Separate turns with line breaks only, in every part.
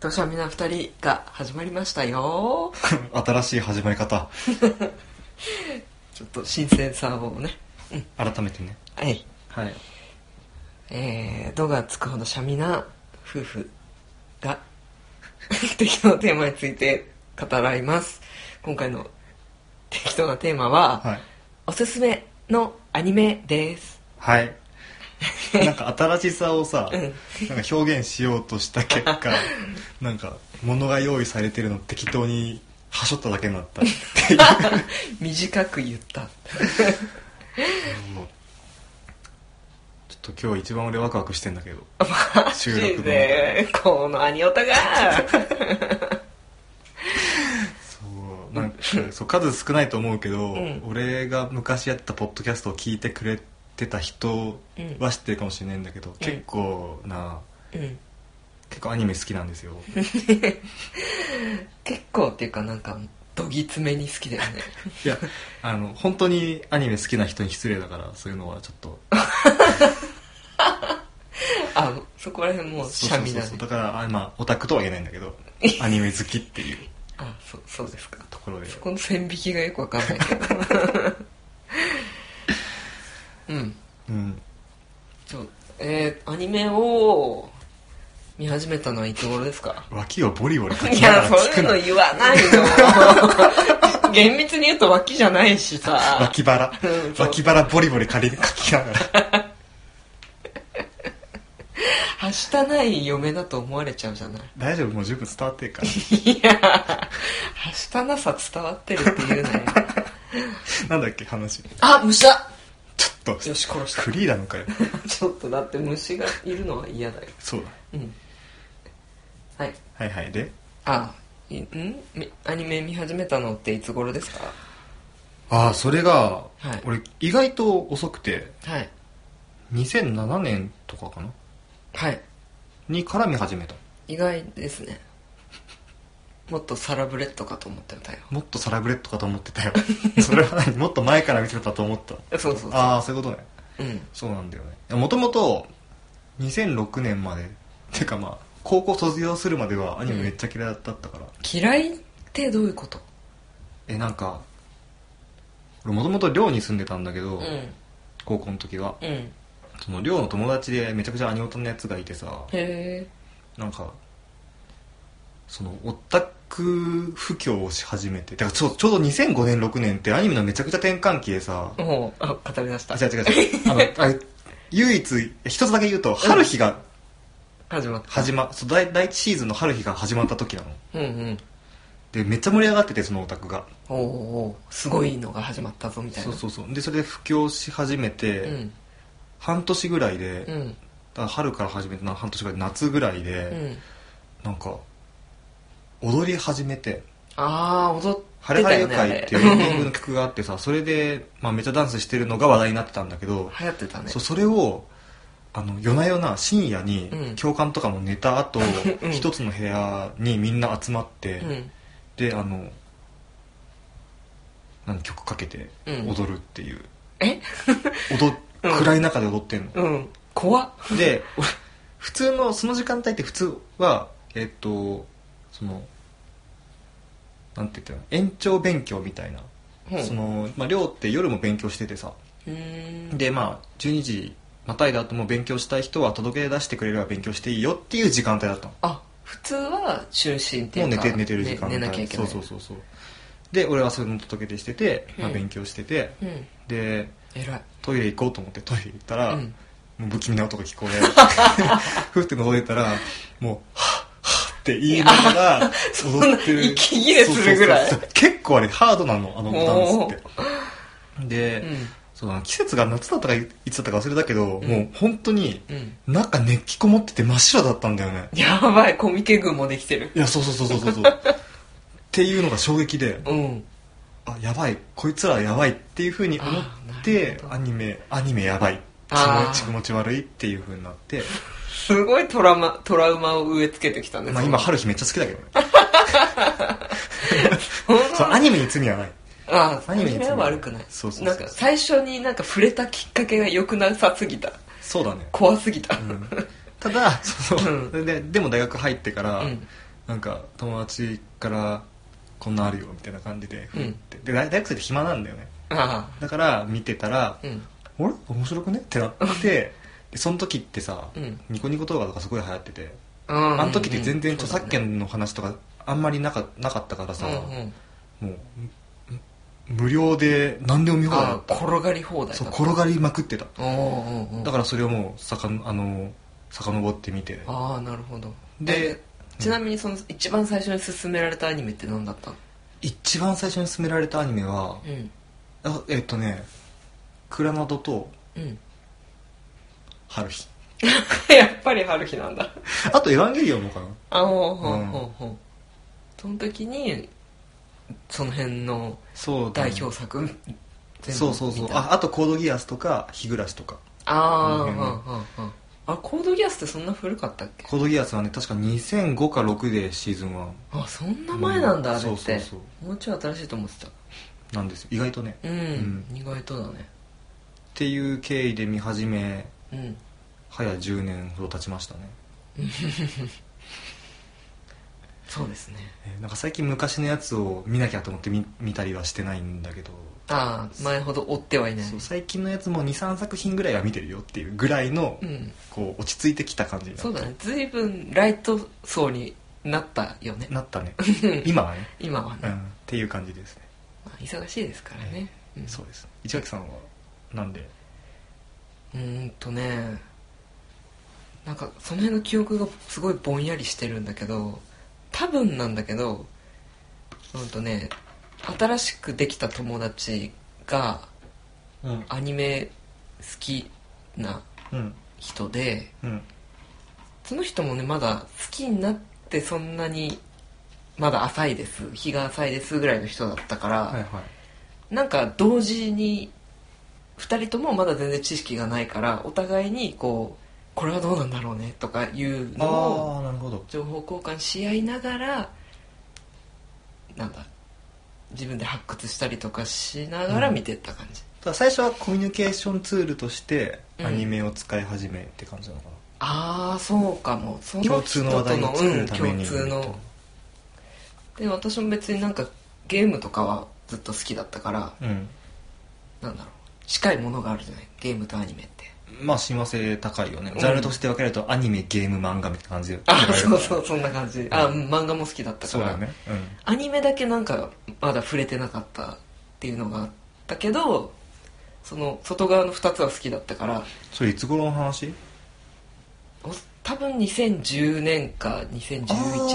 としゃみな二人が始まりましたよ。
新しい始まり方
ちょっと新鮮さをね。
改めてね
はい。
はい
えー、度がつくほどシャミな夫婦 が適当なテーマについて語らいます今回の適当なテーマは、
はい、
おすすめのアニメです
はい、なんか新しさをさ、
うん
なんか表現しようとした結 果なんか物が用意されてるの適当にはしょっただけになったっていう
短く言った
もうちょっと今日一番俺ワクワクしてんだ けど収録の
でこのアニオタが
そうなんかそう数少ないと思うけど、
ん
俺が昔やってたポッドキャストを聞いてくれてた人は知ってるかもしれないんだけど、結構な
うん
結構アニメ好きなんですよ
結構っていうかなんかどぎつめに好きだよ ね
いやあの本当にアニメ好きな人に失礼だからそういうのはちょっと
あそこら辺もう
そう
シ
そ
ャ
う
ミ
そう
だ
そう
ね
だからあまあオタクとは言えないんだけ どアニメ好きっていう
あそうそうですか
ところで
そこの線引きがよくわかんないけどうん
うん
そうえー、アニメを見始めたのはいつ頃ですか
脇をボリボリか
い
きなが
や
ら
そう
聞
い
く
うの
の
言わないの厳密に言うと脇じゃないしさ
脇腹
うんそう
脇腹ボリボリかりかきながら
はしたない嫁だと思われちゃうじゃない
大丈夫もう十分伝わってるから
いやはしたなさ伝わってるっていうね
なんだっけ話ちょ
あ虫だ
っと
よし殺した
フリーなのかよ
ちょっとだって虫がいるのは嫌だよ
そうだ
うんはい
はいはいで
あいんみアニメ見始めたのっていつ頃ですか
ああそれが、
はい
俺意外と遅くて
はい
2007年とかかな
はい
に絡み始めた
意外ですねもっとサラブレッドかと思ってたよ
もっとサラブレッドかと思ってたよ それは何もっと前から見てたと思った
そうそうそう
ああそういうことね
うん
そうなんだよねもともと2006年までてかまあ高校卒業するまではアニメめっちゃ嫌いだったから、
嫌いってどういうこと
えなんか俺もともと寮に住んでたんだけど、
うん
高校の時は
うんへ
その寮の友達でめちゃくちゃアニオタのやつがいてさ
え
なんかそのオタク布教をし始めてだからちょちょうど2005年6年ってアニメのめちゃくちゃ転換期でさ、
もうあ語り出した
あ、違う違う違う。あの、 あれ唯一、一つだけ言うと、春日が
始まった
始ま、そう第第一シーズンの春日が始まった時なの。
うんうん
で、めっちゃ盛り上がってて、そのオタクが。
おうおうすごいのが始まったぞみたい
そ
な
うそうそう。で、それで布教し始めて、
うん
半年ぐらいで、
う
だか
ん
ら春から始めて、な半年ぐらい、夏ぐらいで、
うん
なんか、踊り始めて、
ああ踊って
ハレハ
た
レ
よ
愉
ねあ
快
れ
っていうエンディングの曲があってさ、それで、まあめっちゃダンスしてるのが話題になってたんだけど、
流行ってたね
そうそれをあの夜な夜な深夜
う
に
ん
教官とかも寝た後
うん
一、つの部屋にみんな集まって、
うん
であの何曲かけて
うん
踊るっていう、
え
踊
うん
暗い中で踊ってん の、
うん怖っ
で俺普通のその時間帯って普通はえっとそのなんて言ったら延長勉強みたいな、
うん
その、まあ、寮って夜も勉強しててさ、
うーん
でまあ12時またいだ後も勉強したい人は届け出してくれれば勉強していいよっていう時間帯だったの
あ普通は就寝ってい
も
う
う寝
か
て寝てる時間帯、
ね寝なきゃいけない
そうそうそうそうで俺はそれの届け出してて、まあ、
うん
勉強してて、
うん
で
偉い
トイレ行こうと思ってトイレ行ったら、
うん
もう不気味な音が聞こえふって 覗いたらもう「はっはっ」って言いながら踊って
そ
る
んな息切れするぐらい
そうそうそう結構あれハードなのあのダンスってで、
うん
その季節が夏だったかいつだったか忘れたけど、
ん
もう本当に
うん
中熱気こもってて真っ白だったんだよね
やばいコミケ群もできてる
いやそうそうそうそ うそうっていうのが衝撃で
うん
あやばいこいつらやばいっていうふうに思っ
あーなる
て
ほど
アニメアニメやばい気
あ
持
ー
ち気持ち悪いっていうふうになって、
すごいトラウマトラウマを植え付けてきたんです
まあ、今春日めっちゃ好きだけどね
本当
そうアニメに罪はない
ああ
アニメのやつ
は悪くない
そうそうそう
なんか最初になんか触れたきっかけが良くなさすぎた
そうだね
怖すぎた
うんただそう
うん
それででも大学入ってから、
うん
なんか友達からこんなんあるよみたいな感じで
うん
振って、で大大学生って暇なんだよね
あ
だから見てたら「
あうん
あれ面白くね?」ってなってでその時ってさ、
うん
ニコニコ動画とかすごい流行ってて
あ
あの時って全然著
さっ
作
き
権の話とかあんまりなかなかったからさ、
うん
もうむ無料で何でも見
うん、
放題だ
あ
った
転がり放題だ
そう転がりまくってた
おーおーおー
だからそれをもうさかあの遡ってみて
ああなるほど
で
えちなみにその一番最初に勧められたアニメって何だったの
一番最初に勧められたアニメは、
うん
あえっとね「クラナドと
うん
春日
やっぱり春日なんだ」
あと「エヴァンゲリオン」もかな
あほうほうほうほう、その時にその辺の
そうだ
代
ね
表作、全部
そうそうそう
見た
ああと「コードギアス」とか「日暮らし」とか
あー
この辺ね
あああああコードギアスってそんな古かったっけ
コードギアスはね確か2005か6でシーズン1
あそんな前なんだ、
うん
あれって
そうそう
もうちょい新しいと思ってた
なんですよ意外とね、
うん、
ん
意外とだね
っていう経緯で見始め
うん
早10年ほど経ちましたね
そうですね
えーなんか最近昔のやつを見なきゃと思って見見たりはしてないんだけど、
ああ前ほど追ってはいない
そう最近のやつも23作品ぐらいは見てるよっていうぐらいの、
うん
こう落ち着いてきた感じになった
そうだね随分ライト層になったよね
なっ たね今はね、
今はね、
うん、っていう感じですね、
まあ忙しいですからね、うん
そうです市垣さんはなんで
うーんとねなんかその辺の記憶がすごいぼんやりしてるんだけど多分なんだけどうんとね新しくできた友達が
うん
アニメ好きな
うん
人で
うん
その人もねまだ好きになってそんなにまだ浅いです日が浅いですぐらいの人だったから、
はいはい
なんか同時に2人ともまだ全然知識がないからお互いにこうこれはどうなんだろうねとかいうのを
ああなるほど
情報交換し合いながらなんだ自分で発掘したりとかしながら見てった感じ、
ただ最初はコミュニケーションツールとして
うん
アニメを使い始めって感じなのかな、
ああそうかもその
共通の話題を作るために、
人とのうん、共通ので私も別になんかゲームとかはずっと好きだったから
うん
なんだろう近いものがあるじゃないゲームとアニメって
まあ親和性高いよね、
うん
ジャンルとして分けるとアニメゲーム漫画みたいな感じで
あそうそうそんな感じあ
う
うん漫画も好きだったか
そう
ら
だよねうん
アニメだけなんかまだ触れてなかったっていうのがあったけどその外側の2つは好きだったから
それいつ頃の話
お多分2010年か2011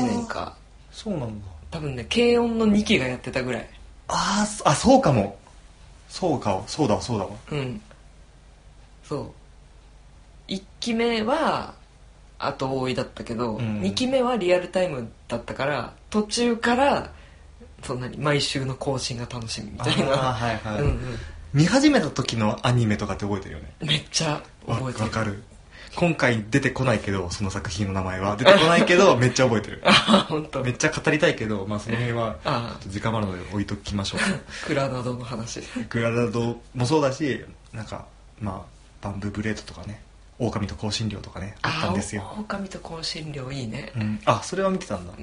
年か
そうなんだ
多分ね軽音の2期がやってたぐらい
あーそあそうかもそうかそうだわそうだわ
うんそう1期目は後追いだったけど、
うん
2期目はリアルタイムだったから途中からそんなに毎週の更新が楽しみみ
あ
たい
ー
な、
はいはい、
うんうん
見始めた時のアニメとかって覚えてるよね
めっちゃ
わ
覚えて
わ
る
かる今回出てこないけどその作品の名前は出てこない けどめっちゃ覚えてる
あ 本当。
めっちゃ語りたいけど、まあ、その辺はちょ
あ
っと時間もあるので置いときましょ う
クラなどの話
グラダドもそうだしなんかまあバンブーブレードとかね狼と香辛料とかねあったんですよ
あお狼と香辛料いいね、
うん、あそれは見てたんだ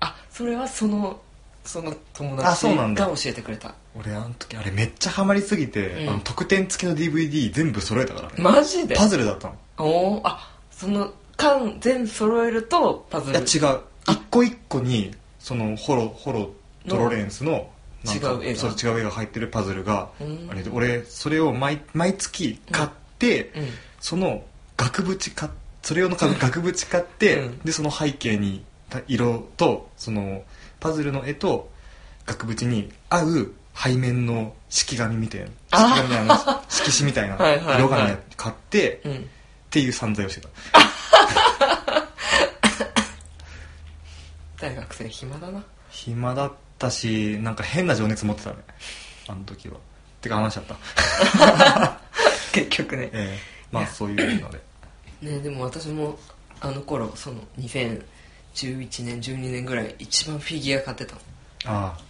あそれはそのその友
あ
達
そうなん
が教
だ
えてくれた
俺あの時あれめっちゃハマりすぎて、
うん
あの特典付きの DVD 全部揃えたからね、
マジで
パズルだったの
おーあその缶全揃えるとパズル
いや違う一個一個にそのホロホロトロレンスの
の
なんか
違う絵が
そう違う絵が入ってるパズルが、
うん
あれで俺それを毎毎月買って、
うん
その額縁買っそれ用の額額縁買って、
うん
でその背景にた色とそのパズルの絵と額縁に合う背面の色紙みたいな
あ
色紙じゃないな色紙み たいな
はいはいはい
色紙を買って
う
っ
ん
ていう散財をしてた
大学生暇だな
暇だったしなんか変な情熱持ってたねあの時はてか話しちゃった、
結局ね
ええまあそういうので
ねでも私もあの頃その2011年12年ぐらい一番フィギュア買ってたの
ああ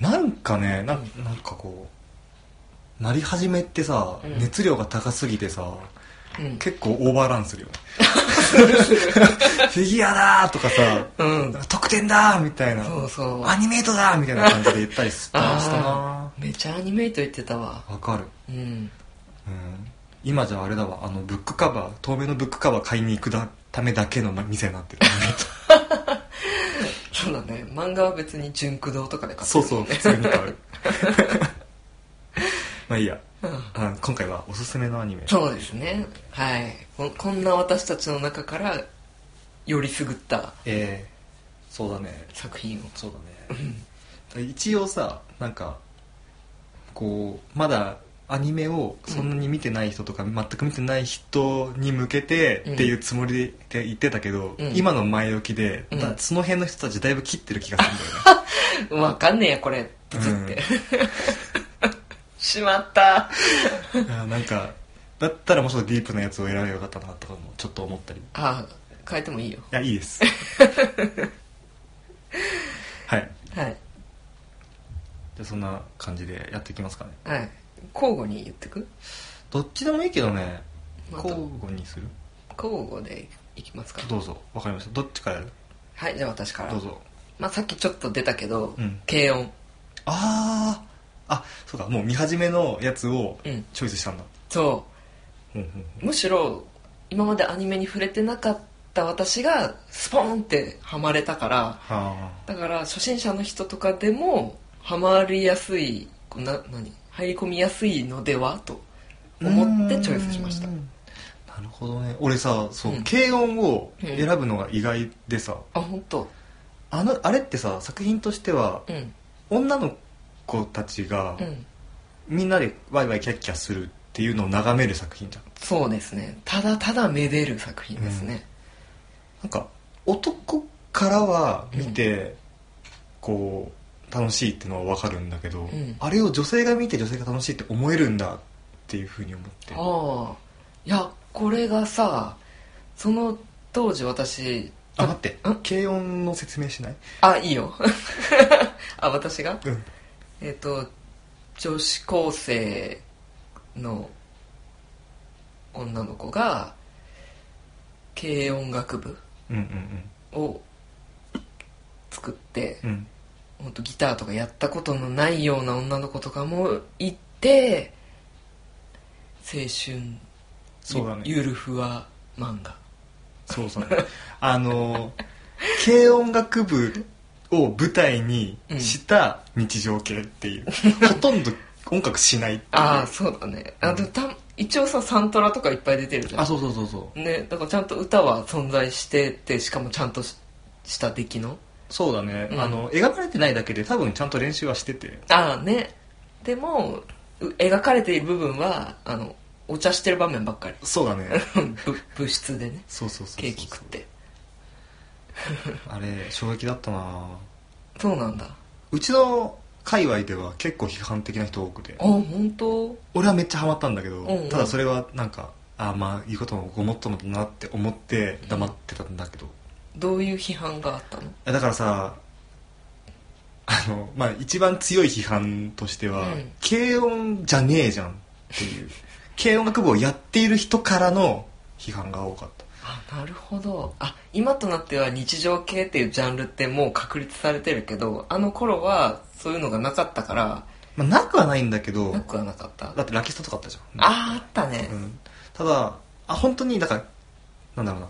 なんかねなんなんかこうなり始めってさ、
うん
熱量が高すぎてさ
うん
結構オーバーランするよねフィギュアだーとかさ、
うん
なんか特特典だーみたいな
そうそう
アニメートだーみたいな感じで言ったりしたした
あ
な
ーめちゃアニメイト言ってたわ
わかる、
うん
うん、今じゃあれだわあのブックカバー透明のブックカバー買いに行くだためだけの店になってる
そうだね漫画は別に純駆動とかで買って
そう
る
そう
もんね
普通に買うまあいいや
うん
あ今回はおすすめのアニメ
そうですねはいここんな私たちの中からよりすぐった
ええそうだね
作品を
そうだね 一応さなんかこうまだアニメをそんなに見てない人とか、全く見てない人に向けてっていうつもりで言ってたけど、
うん
今の前置きで、
うん
だその辺の人たちだいぶ切ってる気がする
わかんねえやこれブツって、 しまった
んだよねあーなんかだったらもうちょっとディープなやつを選べばよかったなとかもちょっと思ったりい
あ変えてもいいよ
やいいです はい
はい
じゃあそんな感じでやっていきますかね
はい交互に言ってく
どっちでもいいけどね
また
交互にする
交互でいきますか
どうぞわかりましたどっちからやる
はいじゃあ私から
どうぞ
まあ、さっきちょっと出たけど、
うん
軽音
あああそうかもう見始めのやつを
うん
チョイスしたんだ、
そ
うんうんうん
うむしろ今までアニメに触れてなかった私がスポーンってハマれたから
は
だから初心者の人とかでもハマりやすいこうな何入り込みやすいのではと
あ
思ってチョイスしました
うんなるほどね俺さそう、
うん
軽音を選ぶのが意外でさ、
あ本当
あのあれってさ作品としては
うん
女の子たちが、
うん
みんなでワイワイキャッキャするっていうのを眺める作品じゃん
そうですねただただめでる作品ですね、
なんか男からは見て、こう楽しいってのは分かるんだけど、
ん
あれを女性が見て女性が楽しいって思えるんだっていうふうに思って
ああいやこれがさその当時私
あ待って
ん
軽音の説明しない
あいいよ あ私が
うん
えっ、と女子高生の女の子が軽音楽部
うん
を作って
うんうんうん
本当ギターとかやったことのないような女の子とかもいて青春
そうだね
ゆゆるふわ漫画
そうそうあの軽音楽部を舞台にした日常系っ ていう、ほとんど音楽しないっていう
ああそうだねあでもた一応さサントラとかいっぱい出てるじゃん
あそうそうそうそう
ねだからちゃんと歌は存在しててしかもちゃんとしした出来の
そうだね、
うん
あの描かれてないだけで多分ちゃんと練習はしてて
ああねでもう描かれている部分はあのお茶してる場面ばっかり
そうだね
ぶ部室でね
そうそうそうそう
ケーキ食って
あれ衝撃だったな
そうなんだあ
うちの界隈では結構批判的な人多くて
本当
俺はめっちゃハマったんだけど、
うんうん
ただそれはなんかああまあ言うこともごもっともだなって思って黙ってたんだけど、
どういう批判があったの
だからさあのまあ一番強い批判としては、
うん
軽音じゃねえじゃんっ ていう軽音楽部をやっている人からの批判が多かった
あなるほどあ今となっては日常系っていうジャンルってもう確立されてるけどあの頃はそういうのがなかったから
まあなくはないんだけど
なくはなかったあ
だってラキスタとかあったじゃん
あーあったね
うん、ただあ本当にだからなんだろうな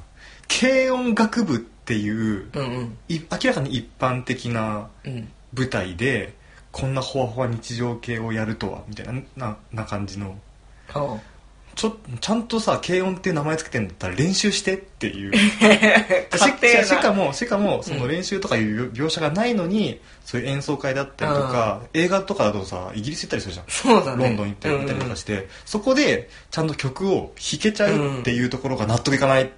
軽音楽部っていう
うんうん
い明らかに一般的な
うん
舞台でこんなほわほわ日常系をやるとはみたいななな感じの
おう
ちょちゃんとさ軽音っていう名前つけてんだったら練習してっ ていうし
勝手な
ししかもしかもそうの
ん
練習とかいう描写がないのに、そういう演奏会だったりとか映画とかだとさイギリス行ったりするじゃん
そうだね
ロンドン行ったり見たりとかして、そこでちゃんと曲を弾けちゃうっていうところが納得いかない、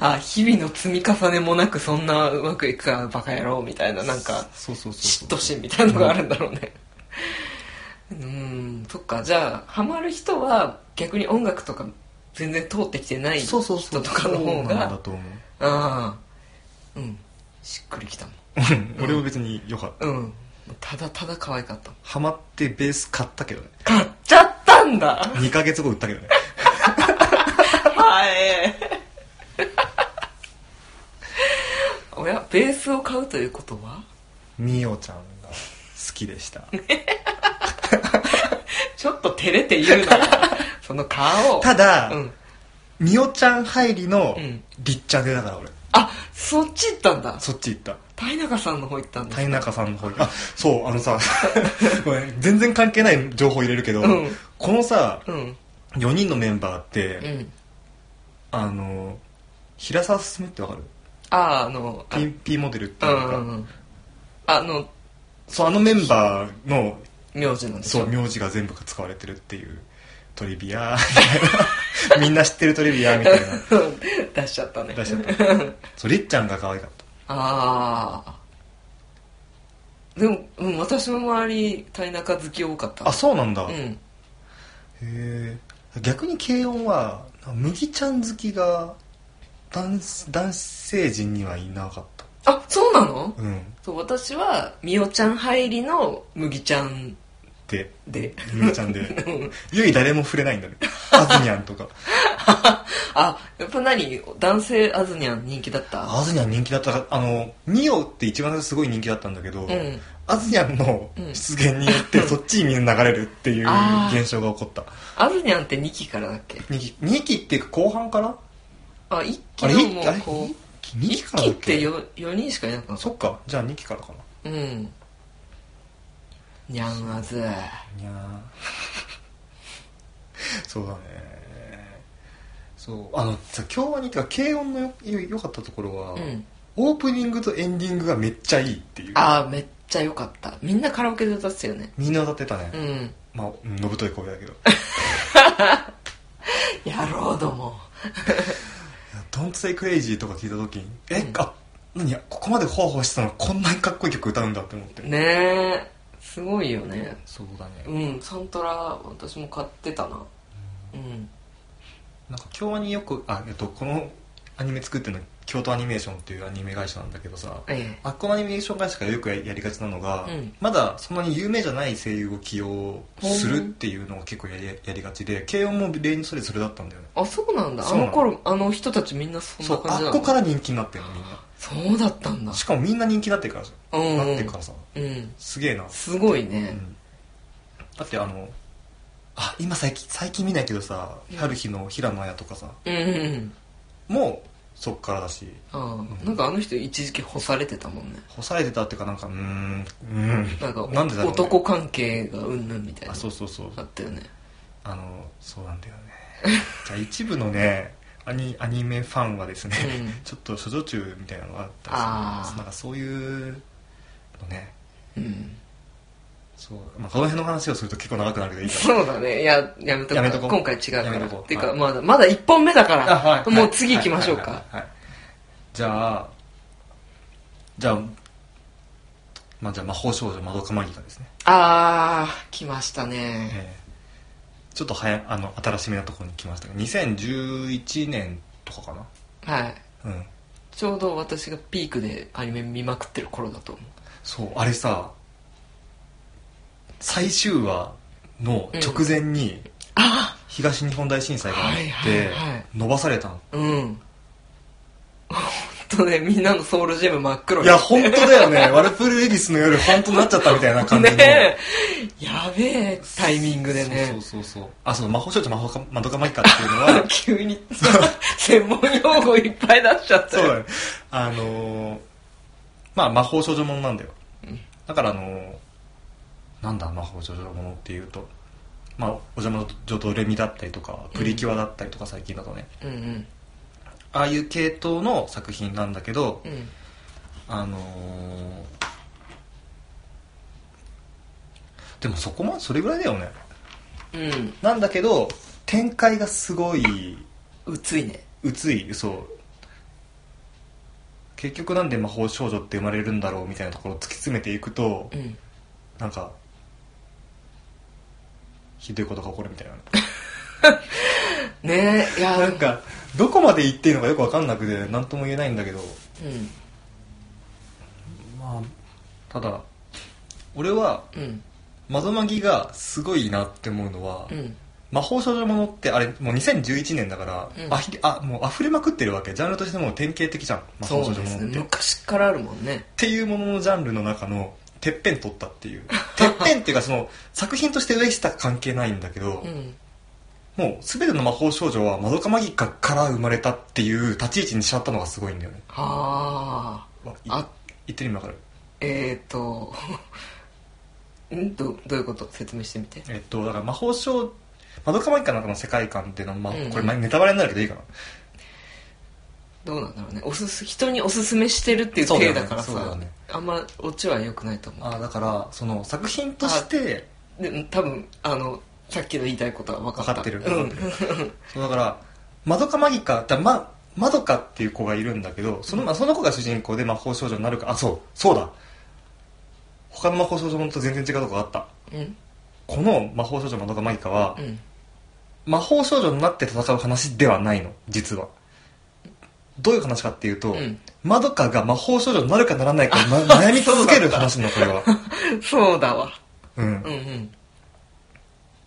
あ日々の積み重ねもなくそんなうまくいくかバカ野郎みたいななんか
そうそうそう
嫉
そう
妬心みたいなのがあるんだろうねうんそっかじゃあハマる人は逆に音楽とか全然通ってきてない
そ
人
うそうそ
と
う
かの方
そうなんだ
が
と思う
ああうんしっくりきたもん
うん俺は別によかった、
うんただただ可愛かった
ハマってベース買ったけどね
買っちゃったんだ
2ヶ月後売ったけどね
はい。おや、ベースを買うということは
みおちゃんが好きでした
ちょっと照れて言う なその顔を
ただ、
うん
みおちゃん入りの
うん
りっちゃんでだから俺
あそっち行ったんだ
そっち行った
田中さんの方行ったんだ
谷中さんの方にあそうあのさ ごめん全然関係ない情報入れるけど、
うん
このさ
うん
4人のメンバーって、
うん
あの平沢進ってわかる
あああのあ
?PMP モデルって
う
いうんか、
うんうんあの
そうあのメンバーの
名字なんでしょ
そう名字が全部使われてるっていうトリビア みんな知ってるトリビアみたいな
出しちゃったね
出しちゃったそうりっちゃんが可愛かった
ああでも、うん、私の周り田中好き多かった
あそうなんだ、
う
へ
ん
え逆に軽音は麦ちゃん好きが男男性陣にはいなかった
あそうなの
うん
そう私はみおちゃん入りの麦ちゃん
で
で
麦ちゃんで
うん
ゆい誰も触れないんだねあずにゃんとか
あやっぱ何男性あずにゃん人気だった
あずにゃん人気だったあのミオって一番最初すごい人気だったんだけど、
うん
あずにゃんの出現によ ってそっちにみんな流れるっていう
あー
現象が起こった
あずにゃんって2期からだっけ
2期二期っていうか後半から
あ一
あ
1
れ
期のも
1期あれ
うこ
2
う
期二期
1
から
期っ
だっけ
て 4, 人しかいなくなった
そっかじゃあ2期からかな
うんにゃんあず
にゃー そうだねそうあのさ京アニってか軽音のよよ良かったところは、
うん
オープニングとエンディングがめっちゃいいっていう
ああめっちゃ良かったみんなカラオケで歌ってたよね
みんな歌ってたね、
うん
まあうんのぶとい声だ けど
やろうども
「Don't Say Crazy」とか聞いた時にえ、あ何ここまでホワホワしてたのこんなにかっこいい曲歌うんだって思って、
ねえすごいよね
そうだね
うんサントラ私も買ってたなうん
なんか京アニよくあ、えっと、このアニメ作ってるの京都アニメーションっていうアニメ会社なんだけどさ
え
あっこのアニメーション会社がよくややりがちなのが、
うん
まだそんなに有名じゃない声優を起用するっていうのを結構やりやりがちで慶音も例にそれそれだったんだよね
えあそうなんだあ
そうな
の
の
頃あの人たちみんなそ
そ
ん
う
な感
あ
じ
っ
な
こ
の
から人気になってるのみんな
そうだったんだ
しかもみんな人気になってるからさ、
うん
なってるからさ
うん
すげえな
すごいね
だってあのあ今最近最近見ないけどさ
うん
春日の平野綾とかさ
うんうんうん
もうそっからだし
ああなんかあの人一時期干されてたもんね
干されてたっていうかなんかうーんうん
なんか
なんでだろうね
男関係がうんぬんみたい
あ
な
そうそうそう
あったよね
あのそうなんだよねじゃあ一部のねアニアニメファンはですね、
うん
ちょっと処女中みたいなのがあったりする
あー
なんかそういうのね
うん
そう、まあ、この辺の話をすると結構長くなるけどいいか
そうだねいややめとこう
やめとこう
今回違うか
やめ
ら
とこう
てか
はい
まだまだ1本目だか
なあはい
らもう次行きましょう
はい
か
はいはいはいじゃあじゃあまあじゃあ魔法少女まどかマギカですね、
ああ来ましたね
えーちょっと早あの新しめなところに来ましたけど2011年とかか
はい
なうん
ちょうど私がピークでアニメ見まくってる頃だと思
そうあれさ最終話の直前に東日本大震災があっ
はい
て
はいはい
伸ばされたの
ううん本当ねみんなのソウルジェム真っ黒
いや本当だ よねワルプル恵比寿の夜本当になっちゃったみたいな感じの、
ねえやべえタイミングで
そう
ね
そうそうそうあその魔法少女魔法かマドカマギカっていうの は
急に専門用語いっぱい出しちゃった
そう
よ
だねあのーまあ魔法少女ものなんだよ、
うん
だからあのーなんだ魔法少女ものっていうとまあお邪魔女ドレミだったりとかプリキュアだったりとか最近だとね、
うんうん
ああいう系統の作品なんだけど、
うん
あのーでもそこまそれぐらいだよね
うん
なんだけど展開がすごいう
ついね
うついそう結局なんで魔法少女って生まれるんだろうみたいなところを突き詰めていくと、
うん
なんかひどいことが起こるみたいな
ねえいや
なんかどこまで行っていいのかよく分かんなくて何とも言えないんだけど
うん
まあただ俺は
うん
窓マギがすごいなって思うのは、
うん
魔法少女ものってあれもう2011年だから、
うん
あひあもう溢れまくってるわけジャンルとしてもう典型的じゃん魔法
そ
少
うで
女ものっ
す
て、
ね昔からあるもんね
っていうもののジャンルの中のてっぺん取ったっていうてっぺんっていうかその作品として上下関係ないんだけど、
うん
もう全ての魔法少女はマドカマギカから生まれたっていう立ち位置にしちゃったのがすごいんだよね
はあ
わい
あ
言ってる意味わかる
えっ、ー、と んどどういうこと説明してみて
えっとだから魔法少マドカマギカの中の世界観っていうのは、まあ
うんうん
これ前ネタバレになるけどいいかな
どうなんだろうねおすす人におすすめしてるっていう
そう
体
だよね
だからさ
そうだよね
あんまオチは良くないと思
あーだからその作品として
うで多分あのさっきの言いたいことは分かった
分かってる
うん、
そうだからマドカマギカだまマドカっていう子がいるんだけどその,、まあその子が主人公で魔法少女になるかあそうそうだ他の魔法少女ものと全然違うとこがあった
うん
この魔法少女マドカマギカは、
うん
魔法少女になって戦う話ではないの実はどういう話かっていうと、
うん
マドカが魔法少女になるかならないか、ま、悩み続ける話なのこれは、
そうだわ
うん
うんうん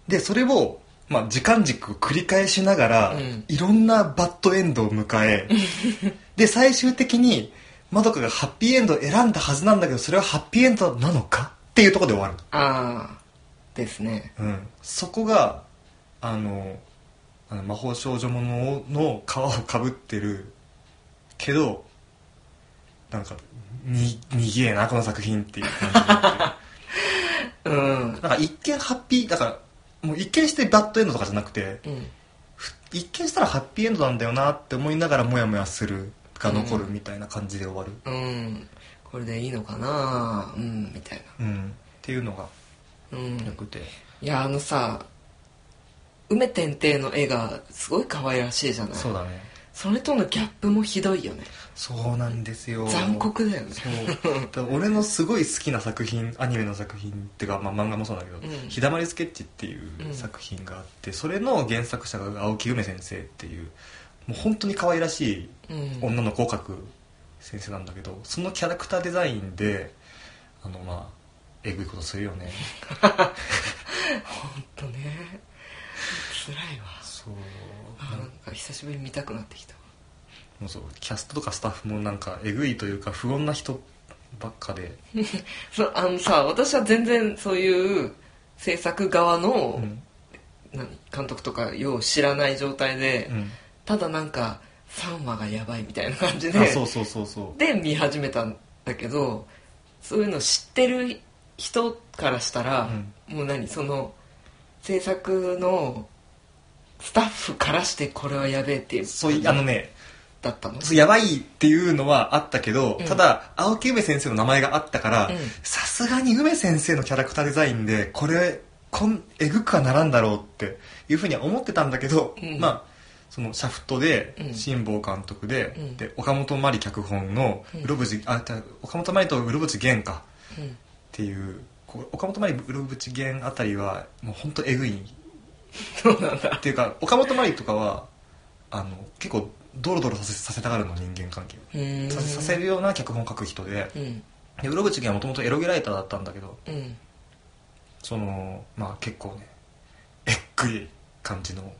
でそれを、まあ、時間軸を繰り返しながら、
うん
いろんなバッドエンドを迎 えで最終的にまどかがハッピーエンドを選んだはずなんだけどそれはハッピーエンドなのかっていうところで終わ
ああですね
る、うん、そこがあのあの魔法少女ものの皮をかぶってるけどなんかに逃げえなこの作品っていう感じになってる
うん
なんか一見ハッピーだからもう一見してバッドエンドとかじゃなくて
うん
一見したらハッピーエンドなんだよなって思いながらモヤモヤするが残るみたいな感じで終わる、
うんこれでいいのかなうんみたい
うんっていうのが
なうん
よくて、
いやあのさ梅天帝の絵がすごい可愛らしいじゃない
そうだね
それとのギャップもひどいよね
そうなんですよ
残酷だよね
そうだから俺のすごい好きな作品アニメの作品っていうか、まあ、漫画もそうだけど「
ん
ひだまりスケッチ」ってい
うん
う作品があってそれの原作者が青木梅先生っていうもう本当に可愛らしい
うん
女の子を描く先生なんだけどそのキャラクターデザインであのまあえぐいことするよね
ほんとね辛いわ
そう
あなんか久しぶりに見たくなってきた
もうそうキャストとかスタッフもなんかえぐいというか不穏な人ばっかで
そあのさ私は全然そういう制作側
う
の、
ん
何監督とかよう知らない状態で、
うん
ただなんか3話がやばいみたいな感じで
あそうそうそうそ
で見始めたんだけどそういうの知ってる人からしたら、もう何その制作のスタッフからしてこれはやべえっていう
うそういあのね
だったの
そうやばいっていうのはあったけど、
うん
ただ青木梅先生の名前があったから
うん
さすがに梅先生のキャラクターデザインでこれこんえぐくはならんだろうっていうふうには思ってたんだけど、
うん
まあそのシャフトで
うん
辛坊監督で,、
うん
で岡本真理脚本の
うん
うろぶじ、あじゃあ岡本真理とうろぶじ玄か
うん
っていうこう岡本真理うろぶち源あたりはもう本当えぐい
そうなんだ
っていうか岡本真理とかはあの結構ドロドロさせさせたがるの人間関係を
うーん
させさせるような脚本を書く人で
うん
でうろぶち源はもともとエロゲライターだったんだけど
うん
そのまあ結構ねえっくい感じの、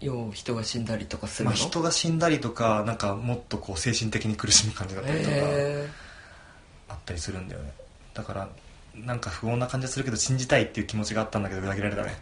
よう人が死んだりとかする
ま
の、
あ、人が死んだりとかなんかもっとこう精神的に苦しむ感じだったりとか
へ
あったりするんだよねだからなんか不穏な感じがするけど信じたいっていう気持ちがあったんだけど裏切られたね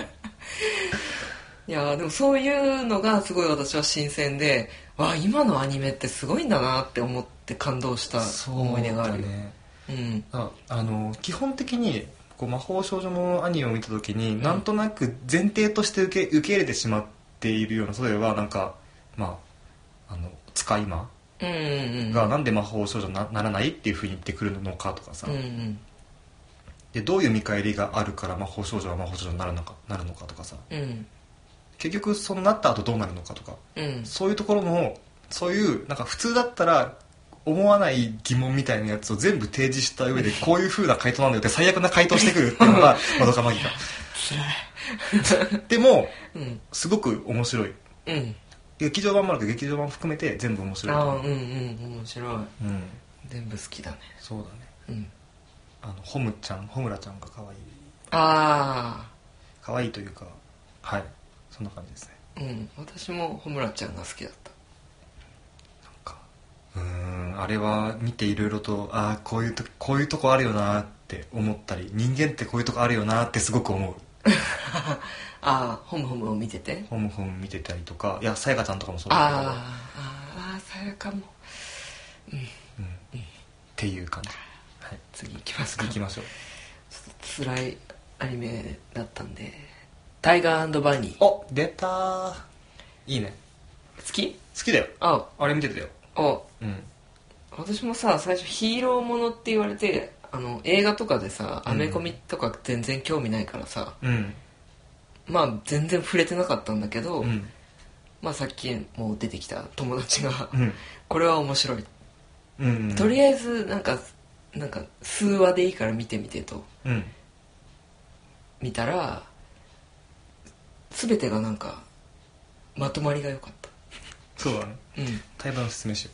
えいやーでもそういうのがすごい私は新鮮でわあ今のアニメってすごいんだなって思って感動した思い出がある
そうだね
うん
ああの基本的にこう魔法少女のアニメを見た時に、なんとなく前提として受け受け入れてしまっているような例えばなんかまああの使い魔
うんうんうん
がなんで魔法少女になならないっていうふうに言ってくるのかとかさ、
うんうん
でどういう見返りがあるから魔法少女は魔法少女になるのかなるのかとかさ
うん
結局そのなった後どうなるのかとか
うん
そういうところのそういうなんか普通だったら思わない疑問みたいなやつを全部提示した上でこういう風な回答なんだよって最悪な回答してくるっていうのが まどかマギカでも
うん
すごく面白い
うん
劇場版もあるけど劇場版含めて全部面
ああ
白
うんうん面白い
いうん
全部好きだね
そうだね
うん
あのホムちゃんホムラちゃんが可愛い
あ
可愛いというかはいそんな感じですね
あうん私もホムラちゃんが好きだった
なんかうーんあれは見ていろいろとああこういうとこういうとこあるよなって思ったり人間ってこういうとこあるよなってすごく思う
ああホムホムを見てて
ホムホム見てたりとかいやさやかちゃんとかもそうだけどっ
ああああさやかも
ていう感じ、 はい、
次行きますか
次行きましょう
つらいアニメだったんで「タイガーバニー」
お出たーいいね
好き
好きだよ
あ
あれ見てたよ
あ
うん
私もさ最初ヒーローものって言われてあの映画とかでさアメコミとか全然興味ないからさ、
うん
まあ全然触れてなかったんだけど、
うん
まあさっきも出てきた友達が
うん
これは面白い、
うん
とりあえずなんかなんか数話でいいから見てみてと
うん
見たら全てがなんかまとまりが良かっ
そうだね
たうん
対話の説明しよ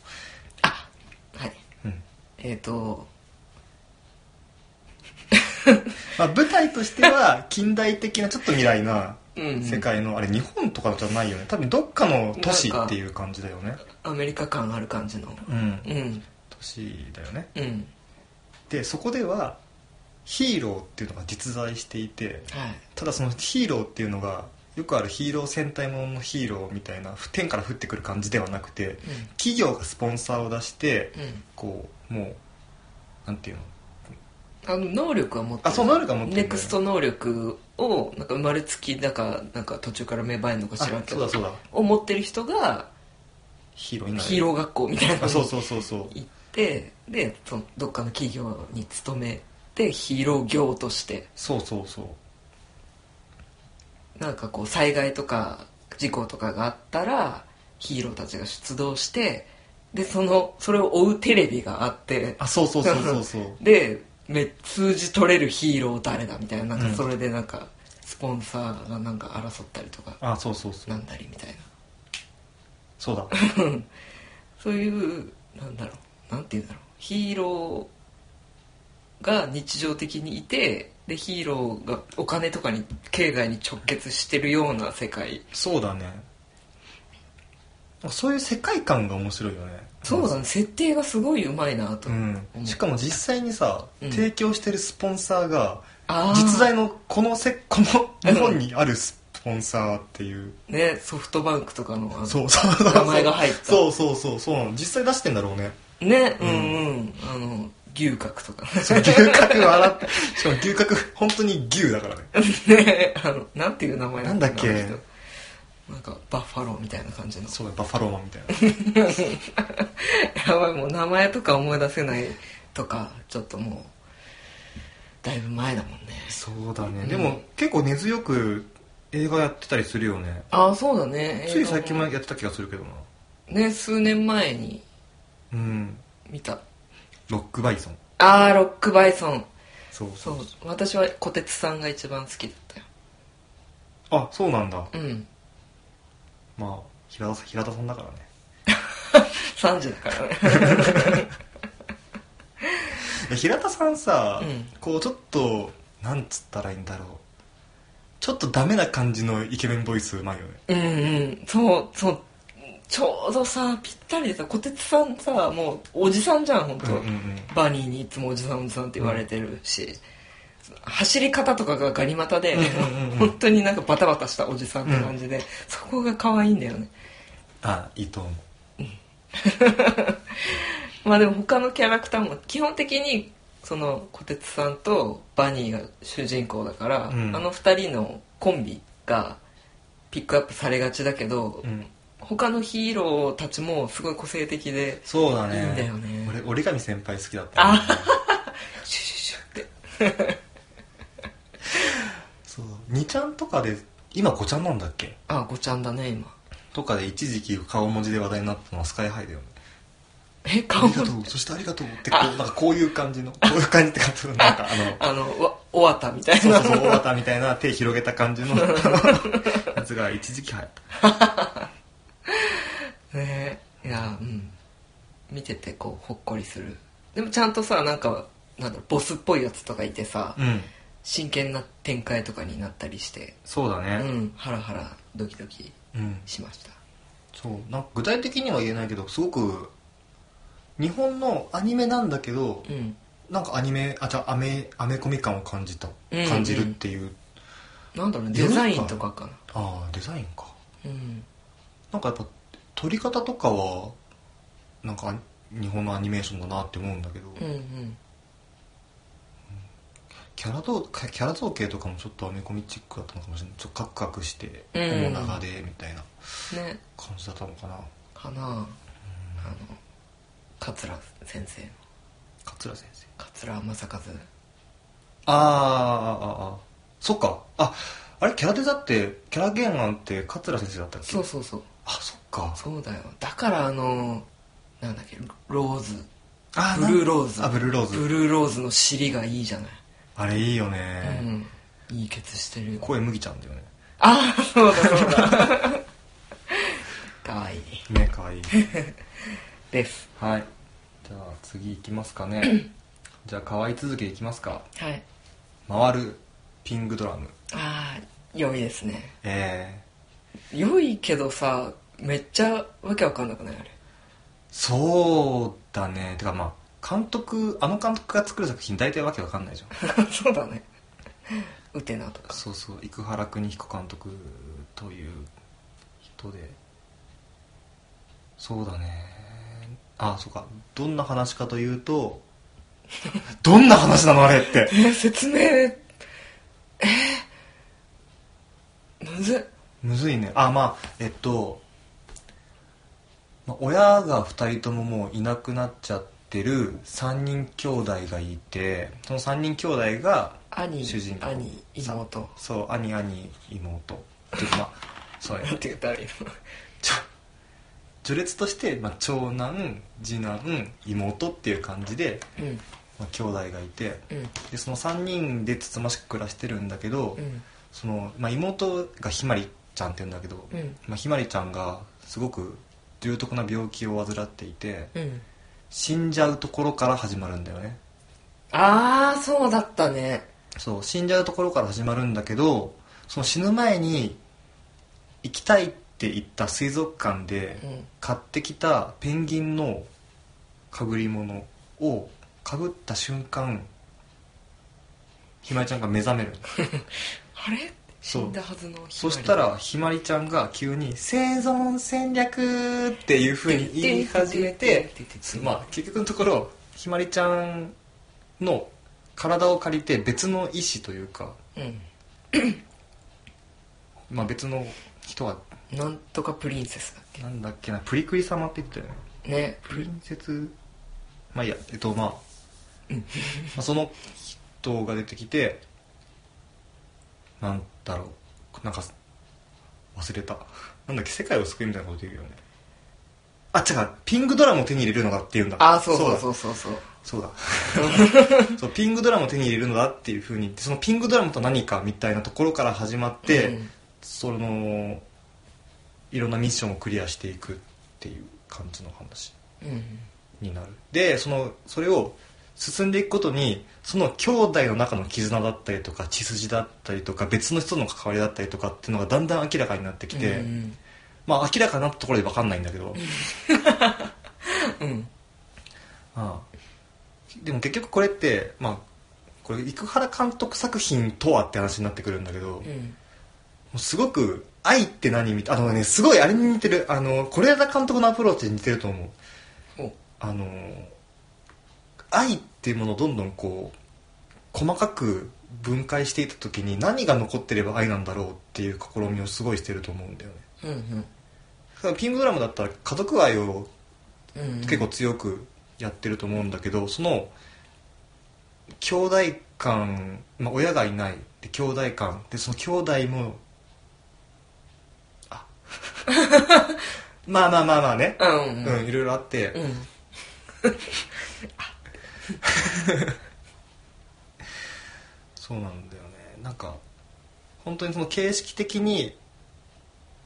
あはいう
うん
えっ、と
まあ、舞台としては近代的なちょっと未来な
うん
世界のあれ日本とかじゃないよね多分どっかの都市っていう感じだよね
アメリカ感ある感じの
うん
うん
都市だよね
うん
でそこではヒーローっていうのが実在していて
はい
ただそのヒーローっていうのがよくあるヒーロー戦隊もののヒーローみたいな天から降ってくる感じではなくて企業がスポンサーを出して
うんうん
こうもうなんていうの
あの能力は持ってる
あそう能力は持ってるんだよ
ネ
ね
クスト能力をなんか生まれつきだかなんか途中から芽生えるのか
あ
知らんけ
そうだ
ど
そうだ
を持ってる人が
ヒーローになる
ヒーロー学校みたいな
あ
のに
そうそうそうそう
行ってでそのどっかの企業に勤めてヒーロー業として
そうそうそう
なんかこう災害とか事故とかがあったらヒーローたちが出動してでそのそれを追うテレビがあって
あそうそうそうそうそう
でめ数字取れるヒーロー誰だみたいななん
うん
かそれでなんかスポンサーがなんか争ったりとか
あそうそうそ
な
うん
だりみたいな
そうだ
そういうなんだろうなんて言うんだろうヒーローが日常的にいてでヒーローがお金とかに経済に直結してるような世界
そうだねそういう世界観が面白いよね
そうだね設定がすごいうまいなと、
うん
う、ん
しかも実際にさ、
うん
提供してるスポンサーが
あー
実在のこのせ この日本にあるスポンサーっていう、
ねソフトバンクとかのあの
そうそうそう
名前が入った
そうそうそうそうなの実際出してんだろうね
ね
う
うんんうんあの牛角とか
その牛角笑 ってしかも牛角本当に牛だからね
ね あのなんていう名前
なんだっけ
あの人なんかバッファローみたいな感じの
そうだよバッファローマンみたいな
やばいもう名前とか思い出せないとかちょっともうだいぶ前だもんね
そうだね、
うん
でも結構根強く映画やってたりするよね
ああそうだね
つい最近も
映
やってた気がするけどな
画もね数年前に
うん
見た
ロックバイソン
ああロックバイソン
そうそ
そうう私は小鉄さんが一番好きだったよ
あそうなんだ
うん
まあ平田さん平田さんだからね
3時だからね
で平田さんさ、
うん
こうちょっとなんつったらいいんだろうちょっとダメな感じのイケメンボイスうまいよね
うんうんそうそうちょうどさぴったりでさ小鉄さんさもうおじさんじゃん本当、
うんうん
バニーにいつもおじさんおじさんって言われてるし、走り方とかがガニ股で、
うんうんうん
本当になんかバタバタしたおじさんって感じで、そこが可愛いんだよね
あいいと思う
まあでも他のキャラクターも基本的にその小鉄さんとバニーが主人公だから、
うん
あの二人のコンビがピックアップされがちだけど、
うん
他のヒーローたちもすごい個性的で
そうだね
いいんだよね
俺折り紙先輩好きだったね、
シュシュシュって
そう2ちゃんとかで今5ちゃんなんだっけ
あごちゃんだね今
とかで一時期顔文字で話題になったのはスカイハイだよね
え
あ
顔
り
も
がとうそしてありがとうってこうなんかこういう感じのこういう感じってかなんかあの
あのわ終わったみたいな
そうそうそう大股みたいな手広げた感じ のやつが一時期流行った
ねえいやうん見ててこうほっこりするでもちゃんとさなんかなんだろうボスっぽいやつとかいてさ、
うん
真剣な展開とかになったりして
そうだ
う
ね
んハラハラドキドキ
うん、
しました
そうなんか具体的には言えないけどすごく日本のアニメなんだけど、
うん
なんかアニメあじゃあアメアメコミ感を感じた
うん
感じるっていう、
なんだろうね
世
デ
の中
ザインとかか
ああデザインか
なうん
なんかやっぱ撮り方とかはなんか日本のアニメーションだなって思うんだけど、
うんうん
キャラどうキャラ造形とかもちょっとアメコミチックだったのかもしれないちょっとカクカクして
う
こ
ん
の長でみたいな
ね
感じだったのかな
かなあの桂先生の
桂先生
桂正和
あーあーあーあーそっかああれキャラデザってキャラ原案って桂先生だったっけ
そうそうそう
あそっか
そうだよだからあのなんだっけローズ
あ
ブルー
ー
ローズ
あブルーローズ
ブルーローズの尻がいいじゃない、
あれいいよね、
うんいいケツしてるよ
声麦ちゃんだよね
ああそうだそうだかわいい
ねかわいい
です
はいじゃあ次いきますか ねじゃあ可愛い続けいきますか
はい
回るピングドラム
ああ良いですね
ええ
良いけどさめっちゃわけわかんなくないあれ
そうだねてかまあ監督あの監督が作る作品大体わけわかんないじゃん
そうだねウテナとか
そうそう生原邦彦監督という人でそうだねあそうかどんな話かというと どんな話なのあれって
え説明えー、むずっ
むずいねあまあえっと、まあ、親が2人とももういなくなっちゃってる3人兄弟がいてその3人兄弟が
兄
主人公
兄妹
そう兄兄妹っていうかまあそうね
なんて言ったらいいの
ちょ序列として、まあ、長男次男妹っていう感じで、
うん
まあ、兄弟がいて
うん
でその3人でつつましく暮らしてるんだけど、
うん
その、まあ、妹がひまりちゃんって言うんだけど、
うん
まあ、ひまりちゃんがすごく重篤な病気を患っていて
うん
死んじゃうところから始まるんだよね
ああそうだったね
そう死んじゃうところから始まるんだけどその死ぬ前に行きたいって言った水族館で
うん
買ってきたペンギンのかぶり物をかぶった瞬間ひまりちゃんが目覚める
あれ死
そうん
だはずのひまり
そしたらひまりちゃんが急に「生存戦略」っていうふうに言い始めてまあ結局のところひまりちゃんの体を借りて別の意思というか、
うん
まあ、別の人は
なんとかプリンセスだっ
なんだっけなプリクリ様って言ってたよね
けね
プリンセスまあいいやえっとまあまあその人が出てきてなんだろうなんか忘れたなんだっけ世界を救うみたいなこと言うよねあ違うピングドラムを手に入れるのだっていうんだ
ああそうそう
だ
そうそうそう
そうだ そうピングドラムを手に入れるのだっていうふうに言ってそのピングドラムとは何かみたいなところから始まって、
うん
そのいろんなミッションをクリアしていくっていう感じの話
うん
になるでそのそれを進んでいくことにその兄弟の中の絆だったりとか血筋だったりとか別の人との関わりだったりとかっていうのがだんだん明らかになってきて、
うん
まあ明らかなところで分かんないんだけど、
うん
ああでも結局これってまあこれ生原監督作品とはって話になってくるんだけど、も
うん
うすごく愛って何みたいあのねすごいあれに似てるあの是枝監督のアプローチに似てると思う
お
あの愛っていうものをどんどんこう細かく分解していった時に何が残ってれば愛なんだろうっていう試みをすごいしてると思うんだよね
うんうん
だからピングドラムだったら家族愛を
うん
結構強くやってると思うんだけど、その兄弟間、まあ、親がいないで兄弟間でその兄弟もあ まあまあまあまあね
うんうん
うんいろいろあって、
うん
そうなんだよねなんか本当にその形式的に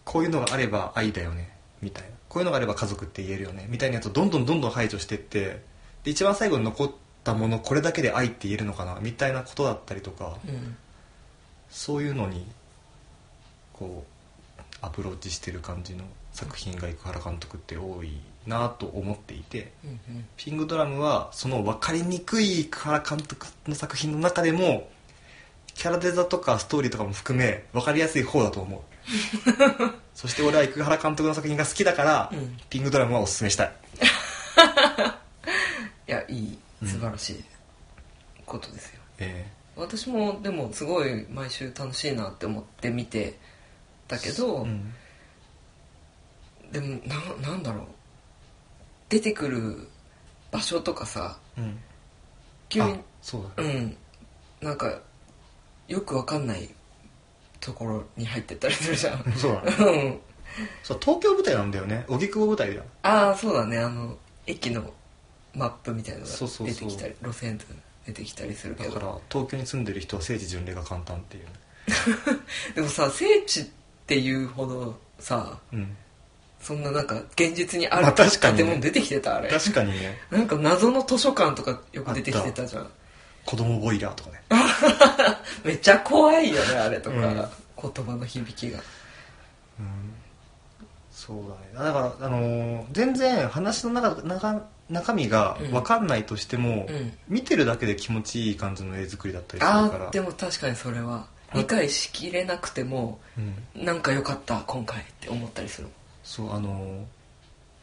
こういうのがあれば愛だよねみたいなこういうのがあれば家族って言えるよねみたいなやつをどんどんどんどん排除してってで一番最後に残ったったものこれだけで愛って言えるのかなみたいなことだったりとか、
うん
そういうのにこうアプローチしてる感じの作品が生原監督って多いなと思っていて
うんうん
ピングドラムはその分かりにくい生原監督の作品の中でもキャラデザとかストーリーとかも含め分かりやすい方だと 思うそして俺は生原監督の作品が好きだから、
うん
ピングドラムはおすすめしたい
いやいい
うん
素晴らしいことですよ、
え
私もでもすごい毎週楽しいなって思って見てたけ
ー
ど、
うん
でもななんだろう出てくる場所とかさ
うん
急
あ
に
そう
う
だ、
んなんかよくわかんないところに入ってったりするじゃん
そうだね
う ん
そう東京舞台なんだよね荻窪舞台だよ
ああそうだねあの駅のマップみたいなのが
そうそう
出
そ
て
う
きたり路線図が出てきたりするけ
だか
ど
ら東京に住んでる人は聖地巡礼が簡単っていうね
でもさ聖地っていうほどさ
うん
そんななんか現実にあ
まあ
る
確かにね
建物出てきてたあれ
確かにね
なんか謎の図書館とかよく出てきてたじゃん
子供ボイラーとかね
めっちゃ怖いよねあれとか、
うん
言葉の響きが
うんそうだねだから、あのー全然話の中中中身が分かんないとしても、
うん
見てるだけで気持ちいい感じの絵作りだったりする
あ
か
ー
ら
でも確かにそれは
あ
理解しきれなくても
うん、
なんか良かった今回って思ったりする
そうあの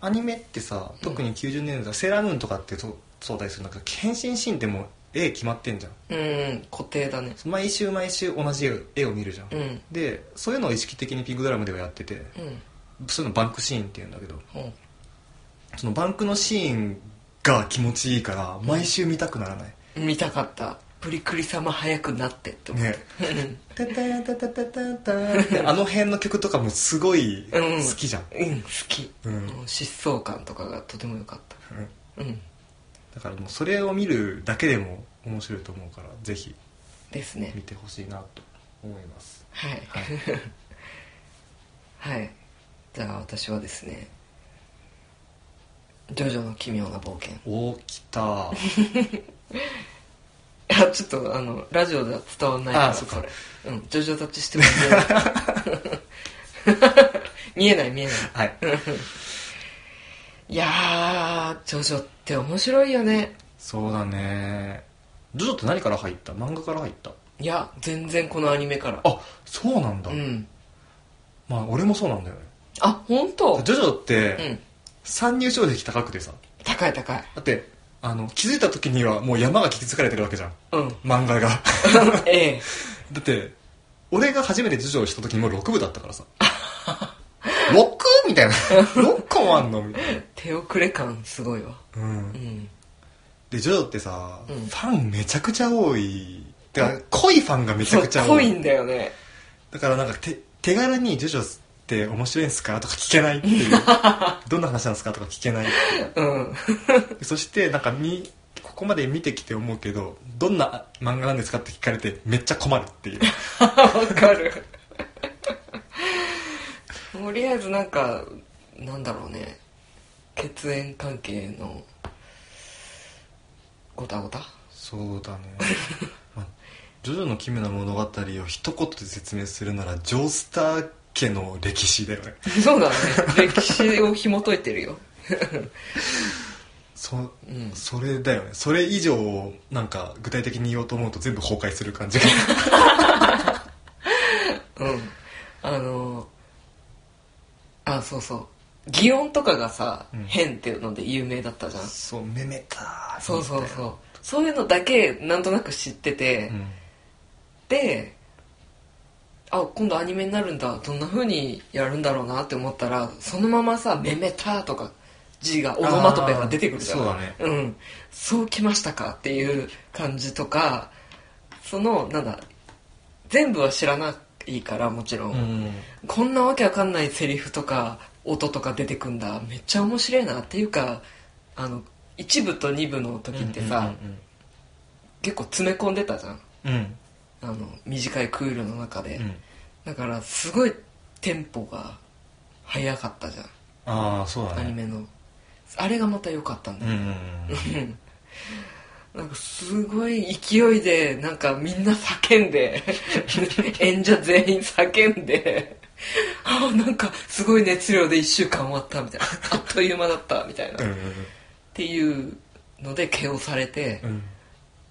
ーアニメってさ特に90年代、セーラームーンとかってそうそうだりするんだけど変身シーンってもう絵決まってんじゃん
うん固定だね
毎週毎週同じ絵を見るじゃん、
うん
でそういうのを意識的にピンクドラムではやってて
うん
そういうのバンクシーンっていうんだけど
うん
そのバンクのシーンが気持ちいいから毎週見たくならない、
見たかったプリクリ様早くなってって思った
ねタタタタタタタってあの辺の曲とかもすごい
うん
好きじゃん、
うん好き、
うん
もう疾走感とかがとても良かっ
うん
たうん
だからもうそれを見るだけでも面白いと思うからぜひ
ですね
見てほしいなと思います
はい
はい
はいじゃあ私はですね「ジョジョの奇妙な冒険」
おー来た
あちょっとあのラジオでは伝わんないから
あそっか
れうんジョジョ立ちしても見えない見えない見えない
はい
いやージョジョって面白いよね
そうだねジョジョって何から入った漫画から入った
いや全然このアニメから
あそうなんだ、
うん
まあ俺もそうなんだよね
あ本当
ジョジョっ
う
て
ん
参入障壁高くてさ
高い高い
だってあの気づいた時にはもう山が築かれてるわけじゃん
うん
漫画が
ええ
だって俺が初めて授業した時にもう6部だったからさ6 みたいな6個もあんのみたい
手遅れ感すごいわ
な、
う
う、
んん
でジョジョってさ、
うん
ファンめちゃくちゃ多いてか濃いファンがめちゃくちゃ
濃
多
い
い
んだよね
だからなんかて手軽に「ジョジョって面白いんすか?」とか聞けないっ ていうどんな話なんですかとか聞けないっていう
うん
でそしてなんかみここまで見てきて思うけどどんな漫画なんですかって聞かれてめっちゃ困るっていう
わかるとりあえずなんかなんだろうね血縁関係のごたごた
そうだね、 まあジョジョの奇妙な物語」を一言で説明するならジョースター家の歴史だよね
そうだね歴史を紐解いてるよ
そ,、
うん
それだよねそれ以上をなんか具体的に言おうと思うと全部崩壊する感じが
うんあのあそうそう擬音とかがさ、
うん
変っていうので有名だったじゃん
そうめめか
そうそう
う、
そうそういうのだけなんとなく知ってて、
うん、
であ今度アニメになるんだどんな風にやるんだろうなって思ったらそのままさ「メメタ」とか字がオノマトペが出てくるじゃん
あーそうだね
ん、そうきましたかっていう感じとかそのなんだ全部は知らないからもちろん、
うん、
こんなわけわかんないセリフとか音とか出てくんだめっちゃ面白いなっていうかあの1部と2部の時ってさ、結構詰め込んでたじゃん
うんうん
あの短いクールの中で、
うん、うん、
だからすごいテンポが速かったじゃん、
ああそうだね
アニメのあれがまた良かったん
う
だ
んう
よ、
んうん
なんかすごい勢いでなんかみんな叫んで 演者全員叫んでああなんかすごい熱量で1週間終わったみたいなあっという間だったみたいな、
うん
っ
うん
ていうので KO されて、
うん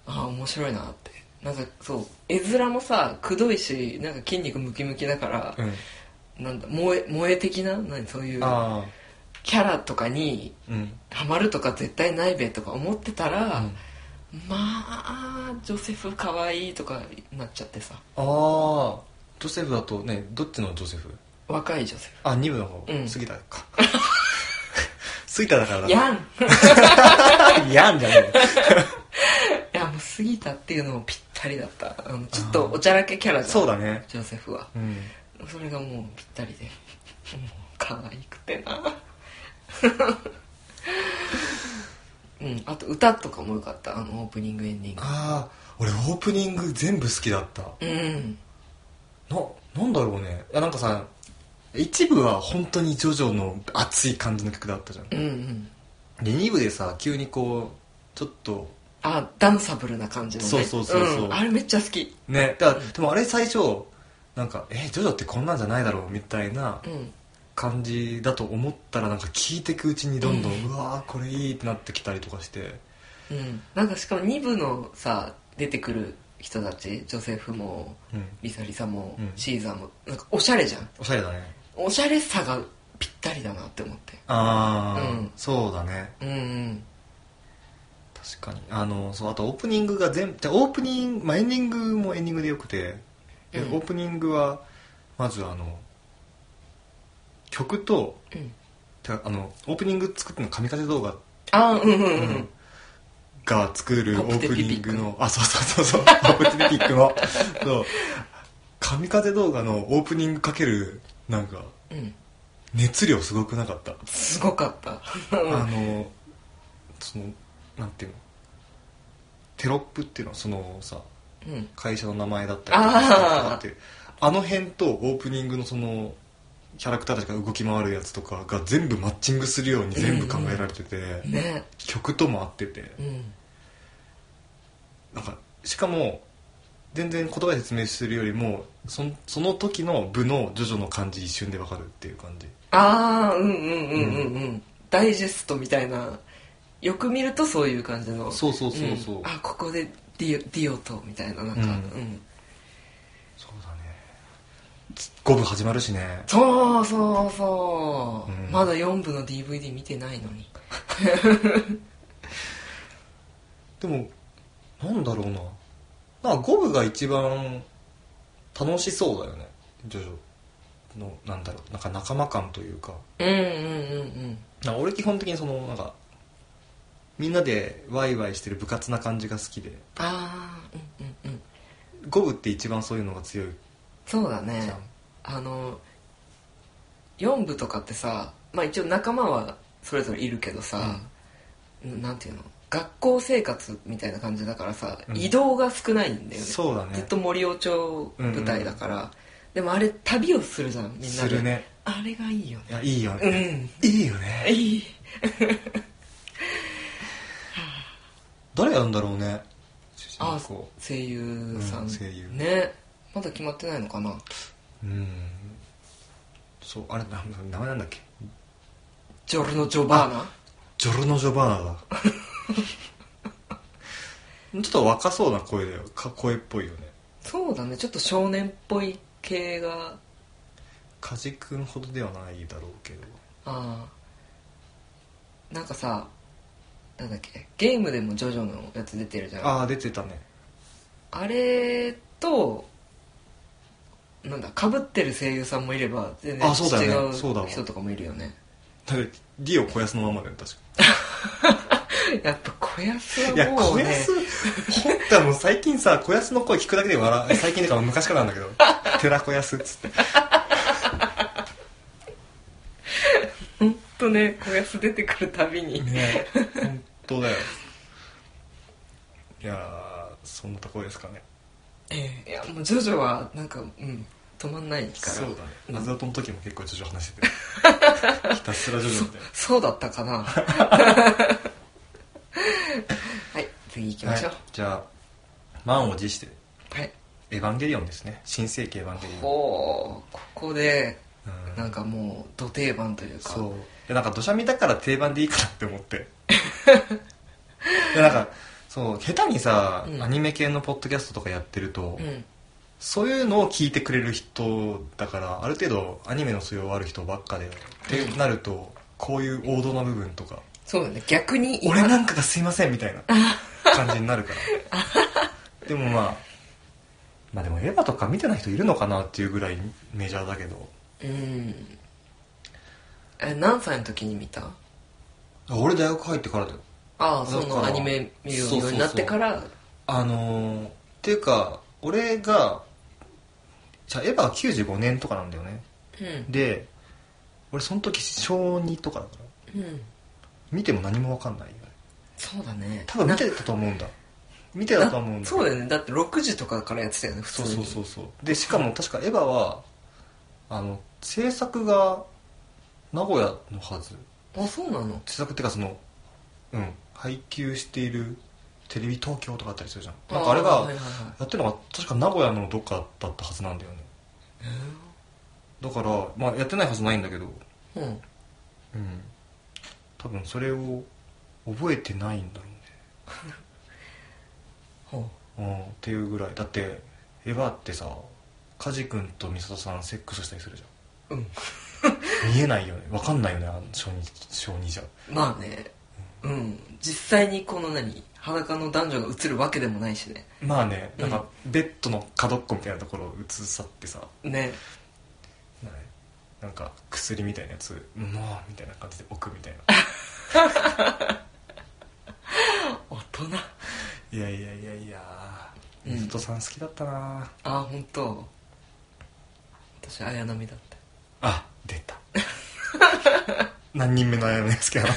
ああ面白いなってなんかそう絵面もさくどいしなんか筋肉ムキムキだから
う、ん
なんだ萌え萌え的な何そういう
ああ
キャラとかに
うん
ハマるとか絶対ないべとか思ってたら、
うん
まあジョセフ可愛いとかなっちゃってさ
ああジョセフだとねどっちのジョセフ
若いジョセフ
あ二部の方、
うん
杉田か 杉田だからだ
やん い
やんじゃね
やもう過ぎたっていうのもぴったりだったあのちょっとおちゃらけキャラ
え
じゃん
そうだね
ジョセフは
うん
それがもうぴったりでもう可愛くてな うんあと歌とかもよかったあのオープニングエンディング
ああ俺オープニング全部好きだった
うん
ななんだろうねいやなんかさ一部は本当にジョジョの熱い感じの曲だったじゃん
う
で
んうん
二部でさ急にこうちょっと
あダンサブルな感じのね
そうそうそうそうん
あれめっちゃ好き
ねだからでもあれ最初なんか「えジョジョってこんなんじゃないだろう」みたいな
うん
感じだと思ったらなんか聞いてくうちにどんどん、
う
うんわーこれいいってなってきたりとかして
うん、なんかしかも2部のさ出てくる人たちジョセフも
うん
リサリサも、
うん
シーザーもなんかおしゃれじゃん
おしゃれだね
おしゃれさがぴったりだなって思って
ああ、
うん
そうだね
うんうん
確かにあのそうあとオープニングが全部じゃあオープニング、まあ、エンディングもエンディングでよくて、で
うん
オープニングはまずあの曲と
うん
てかあのオープニング作ってるの神風動画、
あーうんうんう
うん
ん
が作る
ポッ
オ
プ
ー
テ
プ
ピピッ
ニ
ク
ングのあそうそうそうそう ポップテピピックのそう神風動画のオープニングかけるなんか
うん、
熱量すごくなかった、
すごかった
あのそのなんていうのテロップっていうのはそのさ
うん
会社の名前だったりと
あ
か
ー
さっていうあの辺とオープニングのそのキャラクターたちが動き回るやつとかが全部マッチングするように全部考えられてて、
ね
曲とも合ってて
うん
なんかしかも全然言葉で説明するよりもそのその時の部のジョジョの感じ一瞬でわかるっていう感じ
ああうんうんうんうんうんダイジェストみたいなよく見るとそういう感じの
そうそうそうそうん
あここでディオディオとみたいななんか、う
うんんそうだね5部始まるしね
そうそうそう、
うん
まだ4部の DVD 見てないのに
でもなんだろうななんか5部が一番楽しそうだよねジョジョのなんだろうなんか仲間感というか
うんうん
なんか俺基本的にそのなんかみんなでワイワイしてる部活な感じが好きで
ああうんうんうん
5部って一番そういうのが強い
そうだ
じ
ね
ゃん、
あの4部とかってさまあ一応仲間はそれぞれいるけどさ、なんていうの学校生活みたいな感じだからさ、
うん
移動が少ないんだよね
そうだ
ずっ
ね
と森尾町舞台だから、でもあれ旅をするじゃんみんなです
るね
あれがいいよね
いやいいよね、
うん
いいよね
いい
誰やるんだろうね主 人
あ
公
声優さん、
うん声優
ねまだ決まってないのかな
うんそうあれな名前なんだっけ
ジョルノ・ジョバーナ
ジョルノ・ジョバーナ だちょっと若そうな声だよか声っぽいよね
そうだねちょっと少年っぽい系が
梶君ほどではないだろうけど
あーなんかさなんだっけゲームでもジョジョのやつ出てるじゃんあ
ああ出てたね
れとなんだかぶってる声優さんもいれば全然
あそうだ
違
よね
う
そうだわ
人とかもいるよね
だってディオ小安のままだよ確か
やっぱ小安
いや
はもう
小
ね
安 ほんとはもう最近さ小安の声聞くだけ で笑う最近だから昔からなんだけど「寺小安」っつって
ほんとね小安出てくるたびに、
ね本当だよいやーそんなとこですかね
ええいやもうジョジョはなんかうん止まんないから
そうだね謎だとの時も結構徐々話して てひた すら徐々みたいな
そうだったかなはい次次行きましょう
はい、じゃあ満を持して
はい
「エヴァンゲリオン」ですね新世紀エヴァンゲリオン
ほうここで
うん
なんかもうど定番というか
そういやなんか土砂見だから定番でいいかなって思って いやなんかそう下手にさ、
うん
アニメ系のポッドキャストとかやってると、
うん
そういうのを聞いてくれる人だからある程度アニメの素養ある人ばっかで、ってなるとこういう王道な部分とか
そうだね逆に今
俺なんかがすいませんみたいな感じになるから でもまあまあでもエヴァとか見てない人いるのかなっていうぐらいメジャーだけど
うんえ何歳の時に見た
あ俺大学入ってからだよ
ああ
だから
そのアニメ見るようになってから
あのー、っていうか俺がじゃあエヴァは95年とかなんだよね
うん
で俺その時小2とかだから
うん
見ても何も分かんないよ
そうだね
多分見てたと思うんだ見てたと思うん
な
だ
そうだよねだって6時とかからやってたよね普通
そ
に
うそうそうそうでしかも確かエヴァはあの制作が名古屋のはず
あそうなの
制作っていうかそのうん配給しているテレビ東京とかあったりするじゃんなんかあれ
ーは
が
いはいはい
やってるのが確か名古屋のどっかだったはずなんだよねだから、まあ、やってないはずないんだけど、
うん
うん、多分それを覚えてないんだろ
ほう
うね、うん、っていうぐらいだってエヴァってさカジ君と美里さんセックスしたりするじゃん
うん
見えないよね分かんないよねあの小児小児じゃ
まあねうん実際にこの何裸の男女が映るわけでもないしね
まあねなんかベッドの角っこみたいなところを映さってさ、
ね
なんか薬みたいなやつ「うんもう」みたいな感じで置くみたいな
大人
いやいやいやいや
うん
水戸さん好きだったな
あ本当。私綾波だった
あ出た 何人目のやめですけど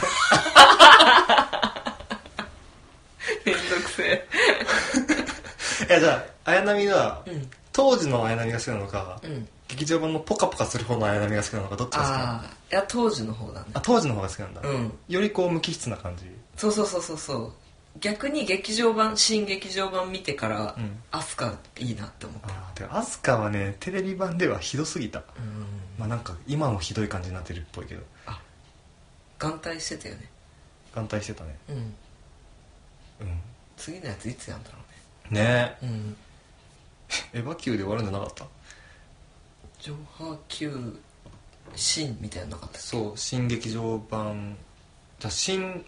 めんどくせえ
いやじゃあ綾波が
うん
当時の綾波が好きなのか、
うん
劇場版のポカポカする方の綾波が好きなのかどっちが好きなのあ
ああいや当時の方だね
当時の方が好きなんだ、
うん
よりこう無機質な感じ
そうそうそうそうそう逆に劇場版新劇場版見てから、
うん
アスカいいなって思った
ああでもアスカはねテレビ版ではひどすぎた
うん
まあなんか今もひどい感じになってるっぽいけど
あ眼帯してたよね
眼帯してたね
うん
うん
次のやついつやんだろ
ね
うねうん
えエヴァ級で終わるんじゃなかった
上波級新みたいなのなかった
そう新劇場版じゃあ新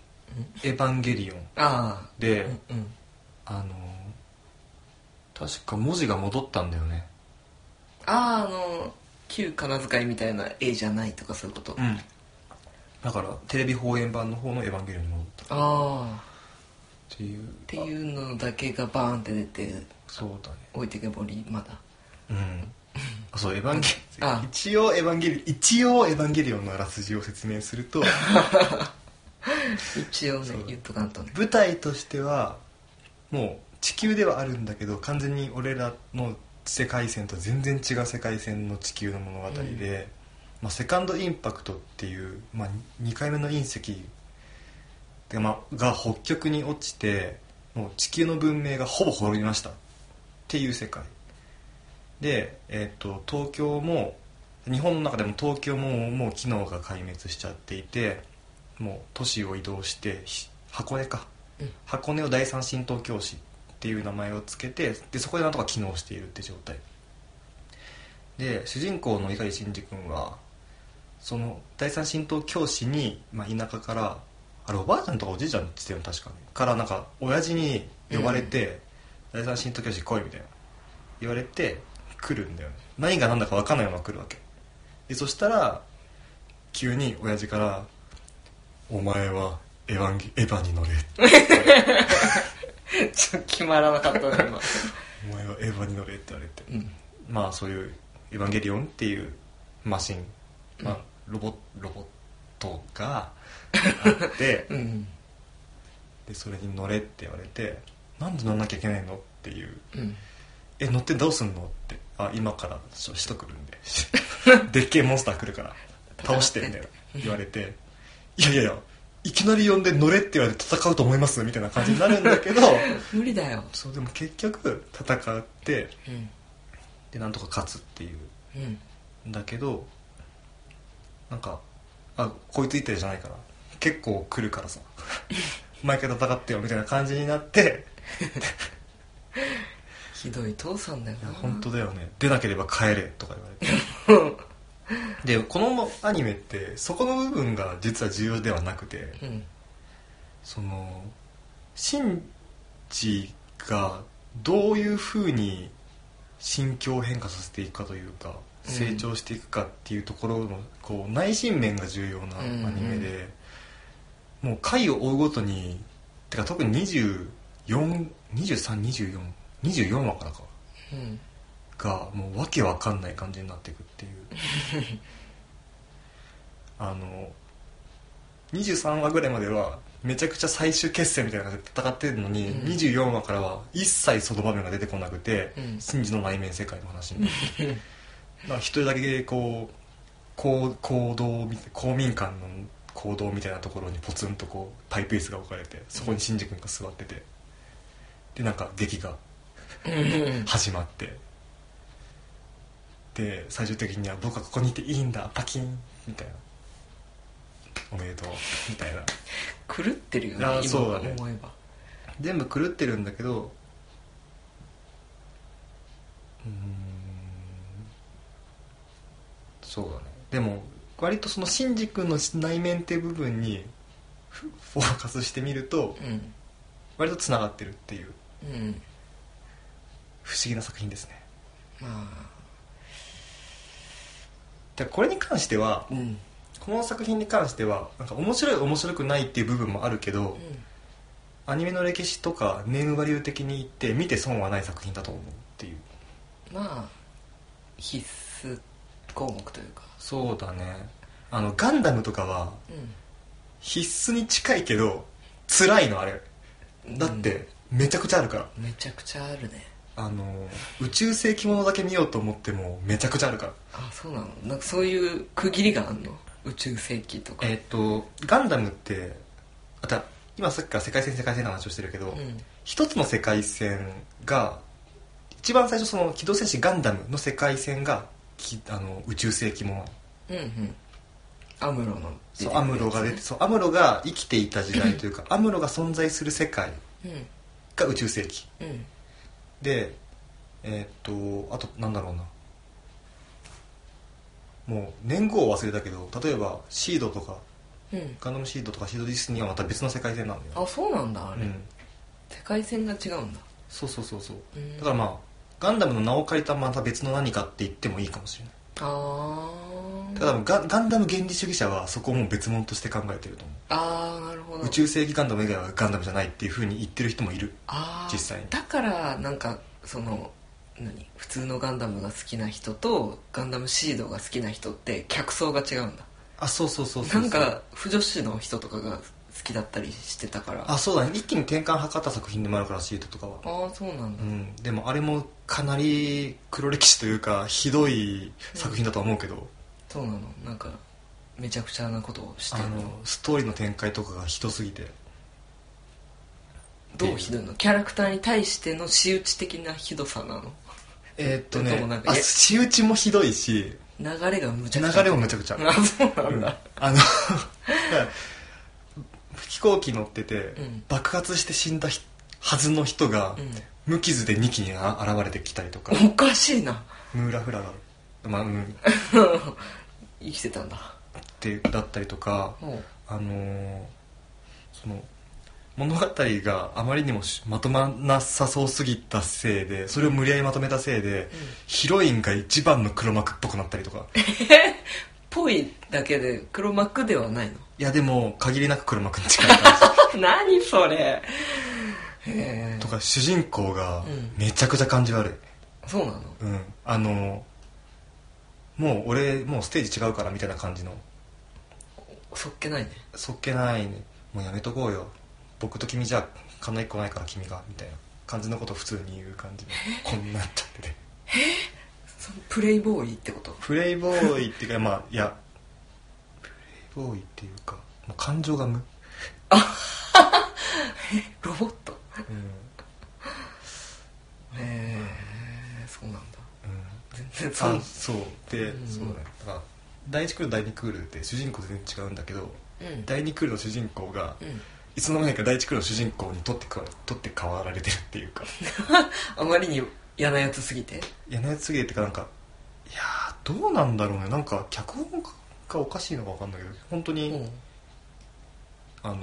エヴァンゲリオン
ああ
で、
うんうん
あの確か文字が戻ったんだよね
あああの旧金遣いみたいな絵じゃないとかそういうこと、あ
んだからテレビ放映版の方の「エヴァンゲリオン」に戻った
あ
っていう
っていうのだけがバーンって出て
そうだね
置いてけぼりまだ
うんあそう「エヴァンゲリオ
あ
ン」一応「エヴァンゲリオン」一応「エヴァンゲリオン」のあらすじを説明する と
一応ね
そう
言っとかんとね
舞台としてはもう地球ではあるんだけど完全に俺らの世界線と全然違う世界線の地球の物語で、
うん
まあ、セカンドインパクトっていう、まあ、2回目の隕石で、まあ、が北極に落ちてもう地球の文明がほぼ滅びましたっていう世界で、えー、と東京も日本の中でも東京ももう機能が壊滅しちゃっていてもう都市を移動してひ箱根か、
うん
箱根を第三神東京市っていう名前をつけてでそこでなんとか機能しているって状態で主人公の碇シンジ君はその第三神道教師に、まあ、田舎からあれおばあちゃんとかおじいちゃんって言ってたよね確かにからなんか親父に呼ばれて、第三神道教師来いみたいな言われて来るんだよね何が何だか分かんないまま来るわけでそしたら急に親父から「お前はエヴァンゲエヴァに乗れ」
ちょっと決まらなかったね今
「お前はエヴァに乗れ」って言われて
うん
まあそういう「エヴァンゲリオン」っていうマシン、まあ
うん、
ロボロボットがあって
うん
でそれに乗れって言われて「なんで乗んなきゃいけないの?」っていう
うん
「え乗ってどうすんの?」って「あ今からししとくるんで でっけえモンスター来るから倒して」みたいな言われて「いやいやいやいきなり呼んで乗れって言われて戦うと思いますみたいな感じになるんだけど
無理だよ
そうでも結局戦って
うん
でなんとか勝つっていう
うん
んだけどなんかあこいついてるじゃないから結構来るからさ毎回戦ってよみたいな感じになって
ひどい父さんだよ
い
な
や本当だよね出なければ帰れとか言われてでこのアニメってそこの部分が実は重要ではなくて、
うん
そのシンジがどういうふうに心境を変化させていくかというか
うん
成長していくかっていうところのこう内心面が重要なアニメで、もう回を追うごとにてか特に24232424話からか
うん
がもうわけわかんない感じになっていくっていう あの23話ぐらいまではめちゃくちゃ最終決戦みたいな感じで戦ってるのに、
うん
24話からは一切その場面が出てこなくて、
うん
真珠の内面世界の話になって だから一人だけこうこう行動み公民館の行動みたいなところにポツンとこうパイプ椅子が置かれてそこに真珠君が座っててでなんか劇が
うん
始まってで最終的には「僕はここにいていいんだパキン」みたいな「おめでとう」みたいな
狂ってるよね
あー
今
そうだね
思えば
全部狂ってるんだけどうーんそうだねでも割とそのシンジ君の内面って部分にフフォーカスしてみると
うん
割とつながってるっていう
うん
不思議な作品ですね
ま
だからこれに関しては
あうん
この作品に関してはなんか面白い面白くないっていう部分もあるけど、アニメの歴史とかネームバリュー的に言って見て損はない作品だと思うっていう
まあ必須項目というか
そうだねあのガンダムとかは
う
必須に近いけど辛いのあれ
ん
だってめちゃくちゃあるから、
うんめちゃくちゃあるね
あの宇宙世紀ものだけ見ようと思ってもめちゃくちゃあるから
あそうなのなんかそういう区切りがあんの宇宙世紀とか
えっ、とガンダムってあた今さっきから世界線世界線の話をしてるけど、
うん
一つの世界線が一番最初その「機動戦士ガンダム」の世界線がきあの宇宙世紀もの
うんうんアムロの出てくるやつ
そうアムロが出てそうアムロが生きていた時代 というかアムロが存在する世界
うん
が宇宙世紀
うん
でえーっとあとなんだろうなもう年号を忘れたけど例えばシードとか
うん
ガンダムシードとかシードディスニーはまた別の世界線なんだよ、
あそうなんだあ
う
れ、
ん、
世界線が違うんだ
そうそうそうそう
うん
だからまあガンダムの名を借りたまた別の何かって言ってもいいかもしれない
あー
ただガガンダム原理主義者はそこをもう別物として考えてると思
あーなるほ
う、
ど
宇宙世紀ガンダム以外はガンダムじゃないっていうふうに言ってる人もいる
あー
実際に
だからなんかその何普通のガンダムが好きな人とガンダムシードが好きな人って客層が違うんだ
あそうそうそうそう
なんか不女子の人とかが好きだったりしてたから
あそうだね一気に転換を図った作品でもあるからシートとかは
ああそうなん
う
だ
んでもあれもかなり黒歴史というかひどい作品だとは思うけど、
そうなのなんかめちゃくちゃなことをして
あ
る
のストーリーの展開とかがひどすぎて
どうひどいのキャラクターに対しての仕打ち的なひどさなの
えーっと
でも
ね
なんか
あ仕打ちもひどいし
流れがむちゃくちゃ
流れもめちゃくちゃ
あそう なんだ
あのだから飛行機乗ってて、
ん
爆発して死んだひはずの人が、無傷で2機にあ現れてきたりとか
うん、おかしいな
ムーラフラが、まあうん、っ
生きてたんだ
てだったりとか、
もう
あのーその物語があまりにもしまとまらなさそうすぎたせいでそれを無理やりまとめたせいで、ヒロインが一番の黒幕っぽくなったりとか
ぽいだけで黒幕ではないの
いやでも限りなく黒幕に近い感 じ
何それへえ
とか主人公が
うん
めちゃくちゃ感じ悪い、
そうなの
うん、あのもう俺もうステージ違うからみたいな感じの
そっけないね
そっけないねもうやめとこうよ僕と君じゃ叶いっこないから君がみたいな感じのことを普通に言う 感じのこんなんちゃってて
そのプレイボーイってこと
プレイボーイっていうかまあいやプレイボーイっていうか、まあ、感情が無
ロボット
うん
へえそうなんだ
うん
全然そ
あ
う
そうで、
うん
そうだねだから第1クール第2クールって主人公全然違うんだけど
うん
第2クールの主人公が
うん
いつの間にか第1クールの主人公に取ってか取って代わられてるっていうか
あまりに嫌なやつすぎて
柳やつげってかなんかいやーどうなんだろうねなんか脚本がおかしいのか分かんないけど本当
う
に、
ん
あの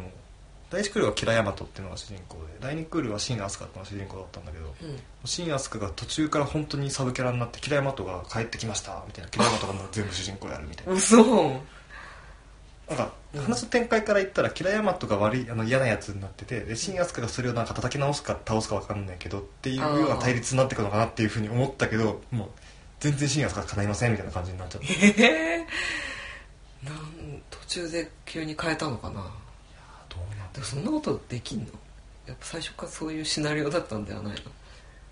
第1クールはキラヤマトっていうのが主人公で第2クールはシン・アスカっていうのが主人公だったんだけど
うん
シン・アスカが途中から本当にサブキャラになってキラヤマトが帰ってきましたみたいなキラヤマトがもう全部主人公やるみたいな
嘘
なんか話の展開から言ったらキラヤマトが悪いあの嫌なやつになっててで新アスカがそれをなんか叩き直すか倒すか分かんないけどっていうような対立になってくのかなっていうふうに思ったけどもう全然新アスカが叶いませんみたいな感じになっちゃって
ええなん途中で急に変えたのかな
どうなん
で
だ
もそんなことできんのやっぱ最初からそういうシナリオだったんではないの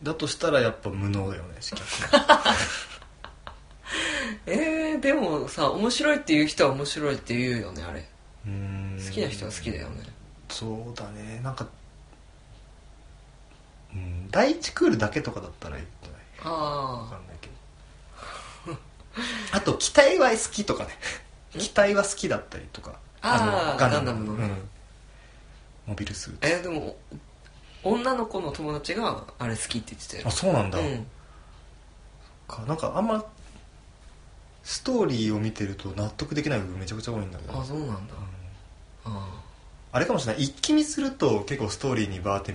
だとしたらやっぱ無能だよね逆に
えー、でもさ面白いっていう人は面白いって言うよねあれ
うーん
好きな人は好きだよね
そうだねなんかうん第一クールだけとかだったらいいんじゃないわか
あ
んないけどあと機体は好きとかね機体は好きだったりとか
あー
の
ガン
う
ダムの
ん、モビルスー
あ
ツ
えでも女の子の友達があれ好きって言ってた
あ
よ
そうなんだ、
うん
かなんかあんまストーリーを見てると納得できない部分めちゃくちゃ多いんだけど
あそうなんだ
うん
あ
あれかもしれない一気見すると結構ストーリーにバーって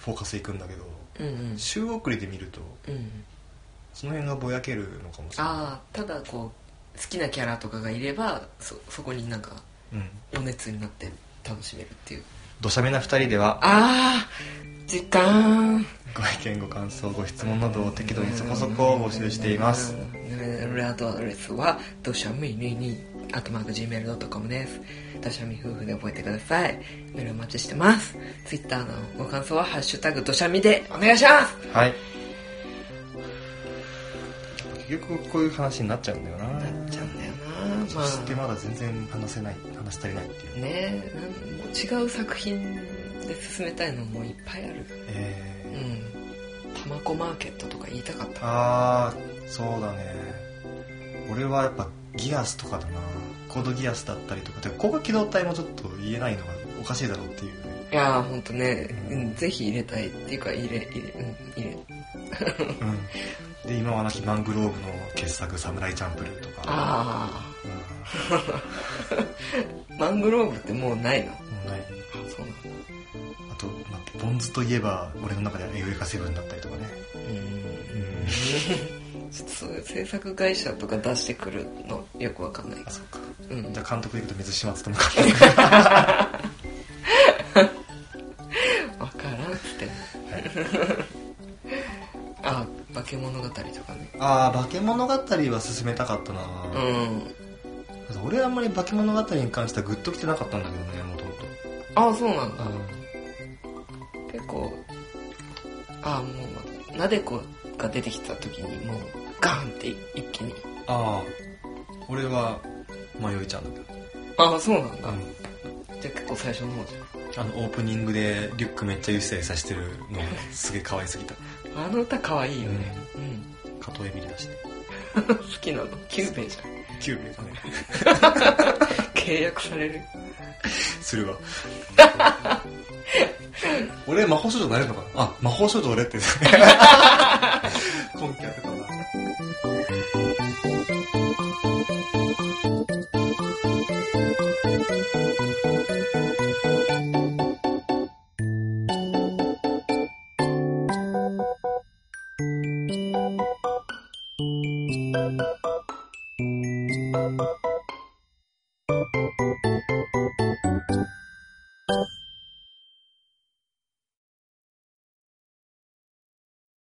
フォーカスいくんだけど
ーうんうん
週遅れで見ると
うん
その辺がぼやけるのかもしれな
ああただこう好きなキャラとかがいればそそこになんか
いうん
お熱になって楽しめるっていう
土砂目な二人では
ああ時間
ご意見ご感想ご質問などを適度にそこそこ募集しています
メールアドレスはドシャミニニあとマーク Gmail.com ですドシャミ夫婦で覚えてくださいメールお待ちしてますツイッターのご感想は「ハッシュタグドシャミ」でお願いします
はい結局こういう話になっちゃうんだよな
なっちゃうんだよなま
そして
あ
まだ全然話せない話足りないってい
ね
う、
えなんもう違う作品で進めたいのもいっぱいあるう
え
んタマコマーケットとか言いたかった
ー、ああそうだね俺はやっぱギアスとかだなコードギアスだったりとかてか光学機動隊もちょっと言えないのがおかしいだろうっていうね
いやーほんとね、
う
うんん、ぜひ入れたいっていうか入れ入れ,、うん、入れ
うんで今はなきマングローブの傑作「サムライチャンプルー」とか
あ
うん
あマングローブってもうないのあ
もうない
そうなの
あと、待って、ボンズといえば、俺の中ではエウレカセブンだったりとかね。
うん
ん。
ちょっとそういう制作会社とか出してくるのよくわかんない
あ、そっか。
うん
じゃ
わ
あ監督でいくと水 島つともか。
からんっつってああ化け物語とかね
ああ、化け物語は進めたかったな、
う
だ
ん
って俺はあんまり化け物語に関してはグッときてなかったんだけどね、もともと。
ああそうなんだ
う
結構ああもうなでこが出てきた時にもうガンって一気に
ん。ああ、俺は、迷いちゃんだけど。
ああそうなんだ、
あの、
じゃあ結構最初の方じゃん
あのオープニングでリュックめっちゃゆさゆさしてるの、 すげえ可愛すぎた。
あの歌可愛いよね。うん。
加藤エミリだし。
好きなの。キューベイじゃん。
キューブだね。
契約される。
す るわ。俺、魔法少女になれるのかなあ、魔法少女 俺って。根拠あるかな。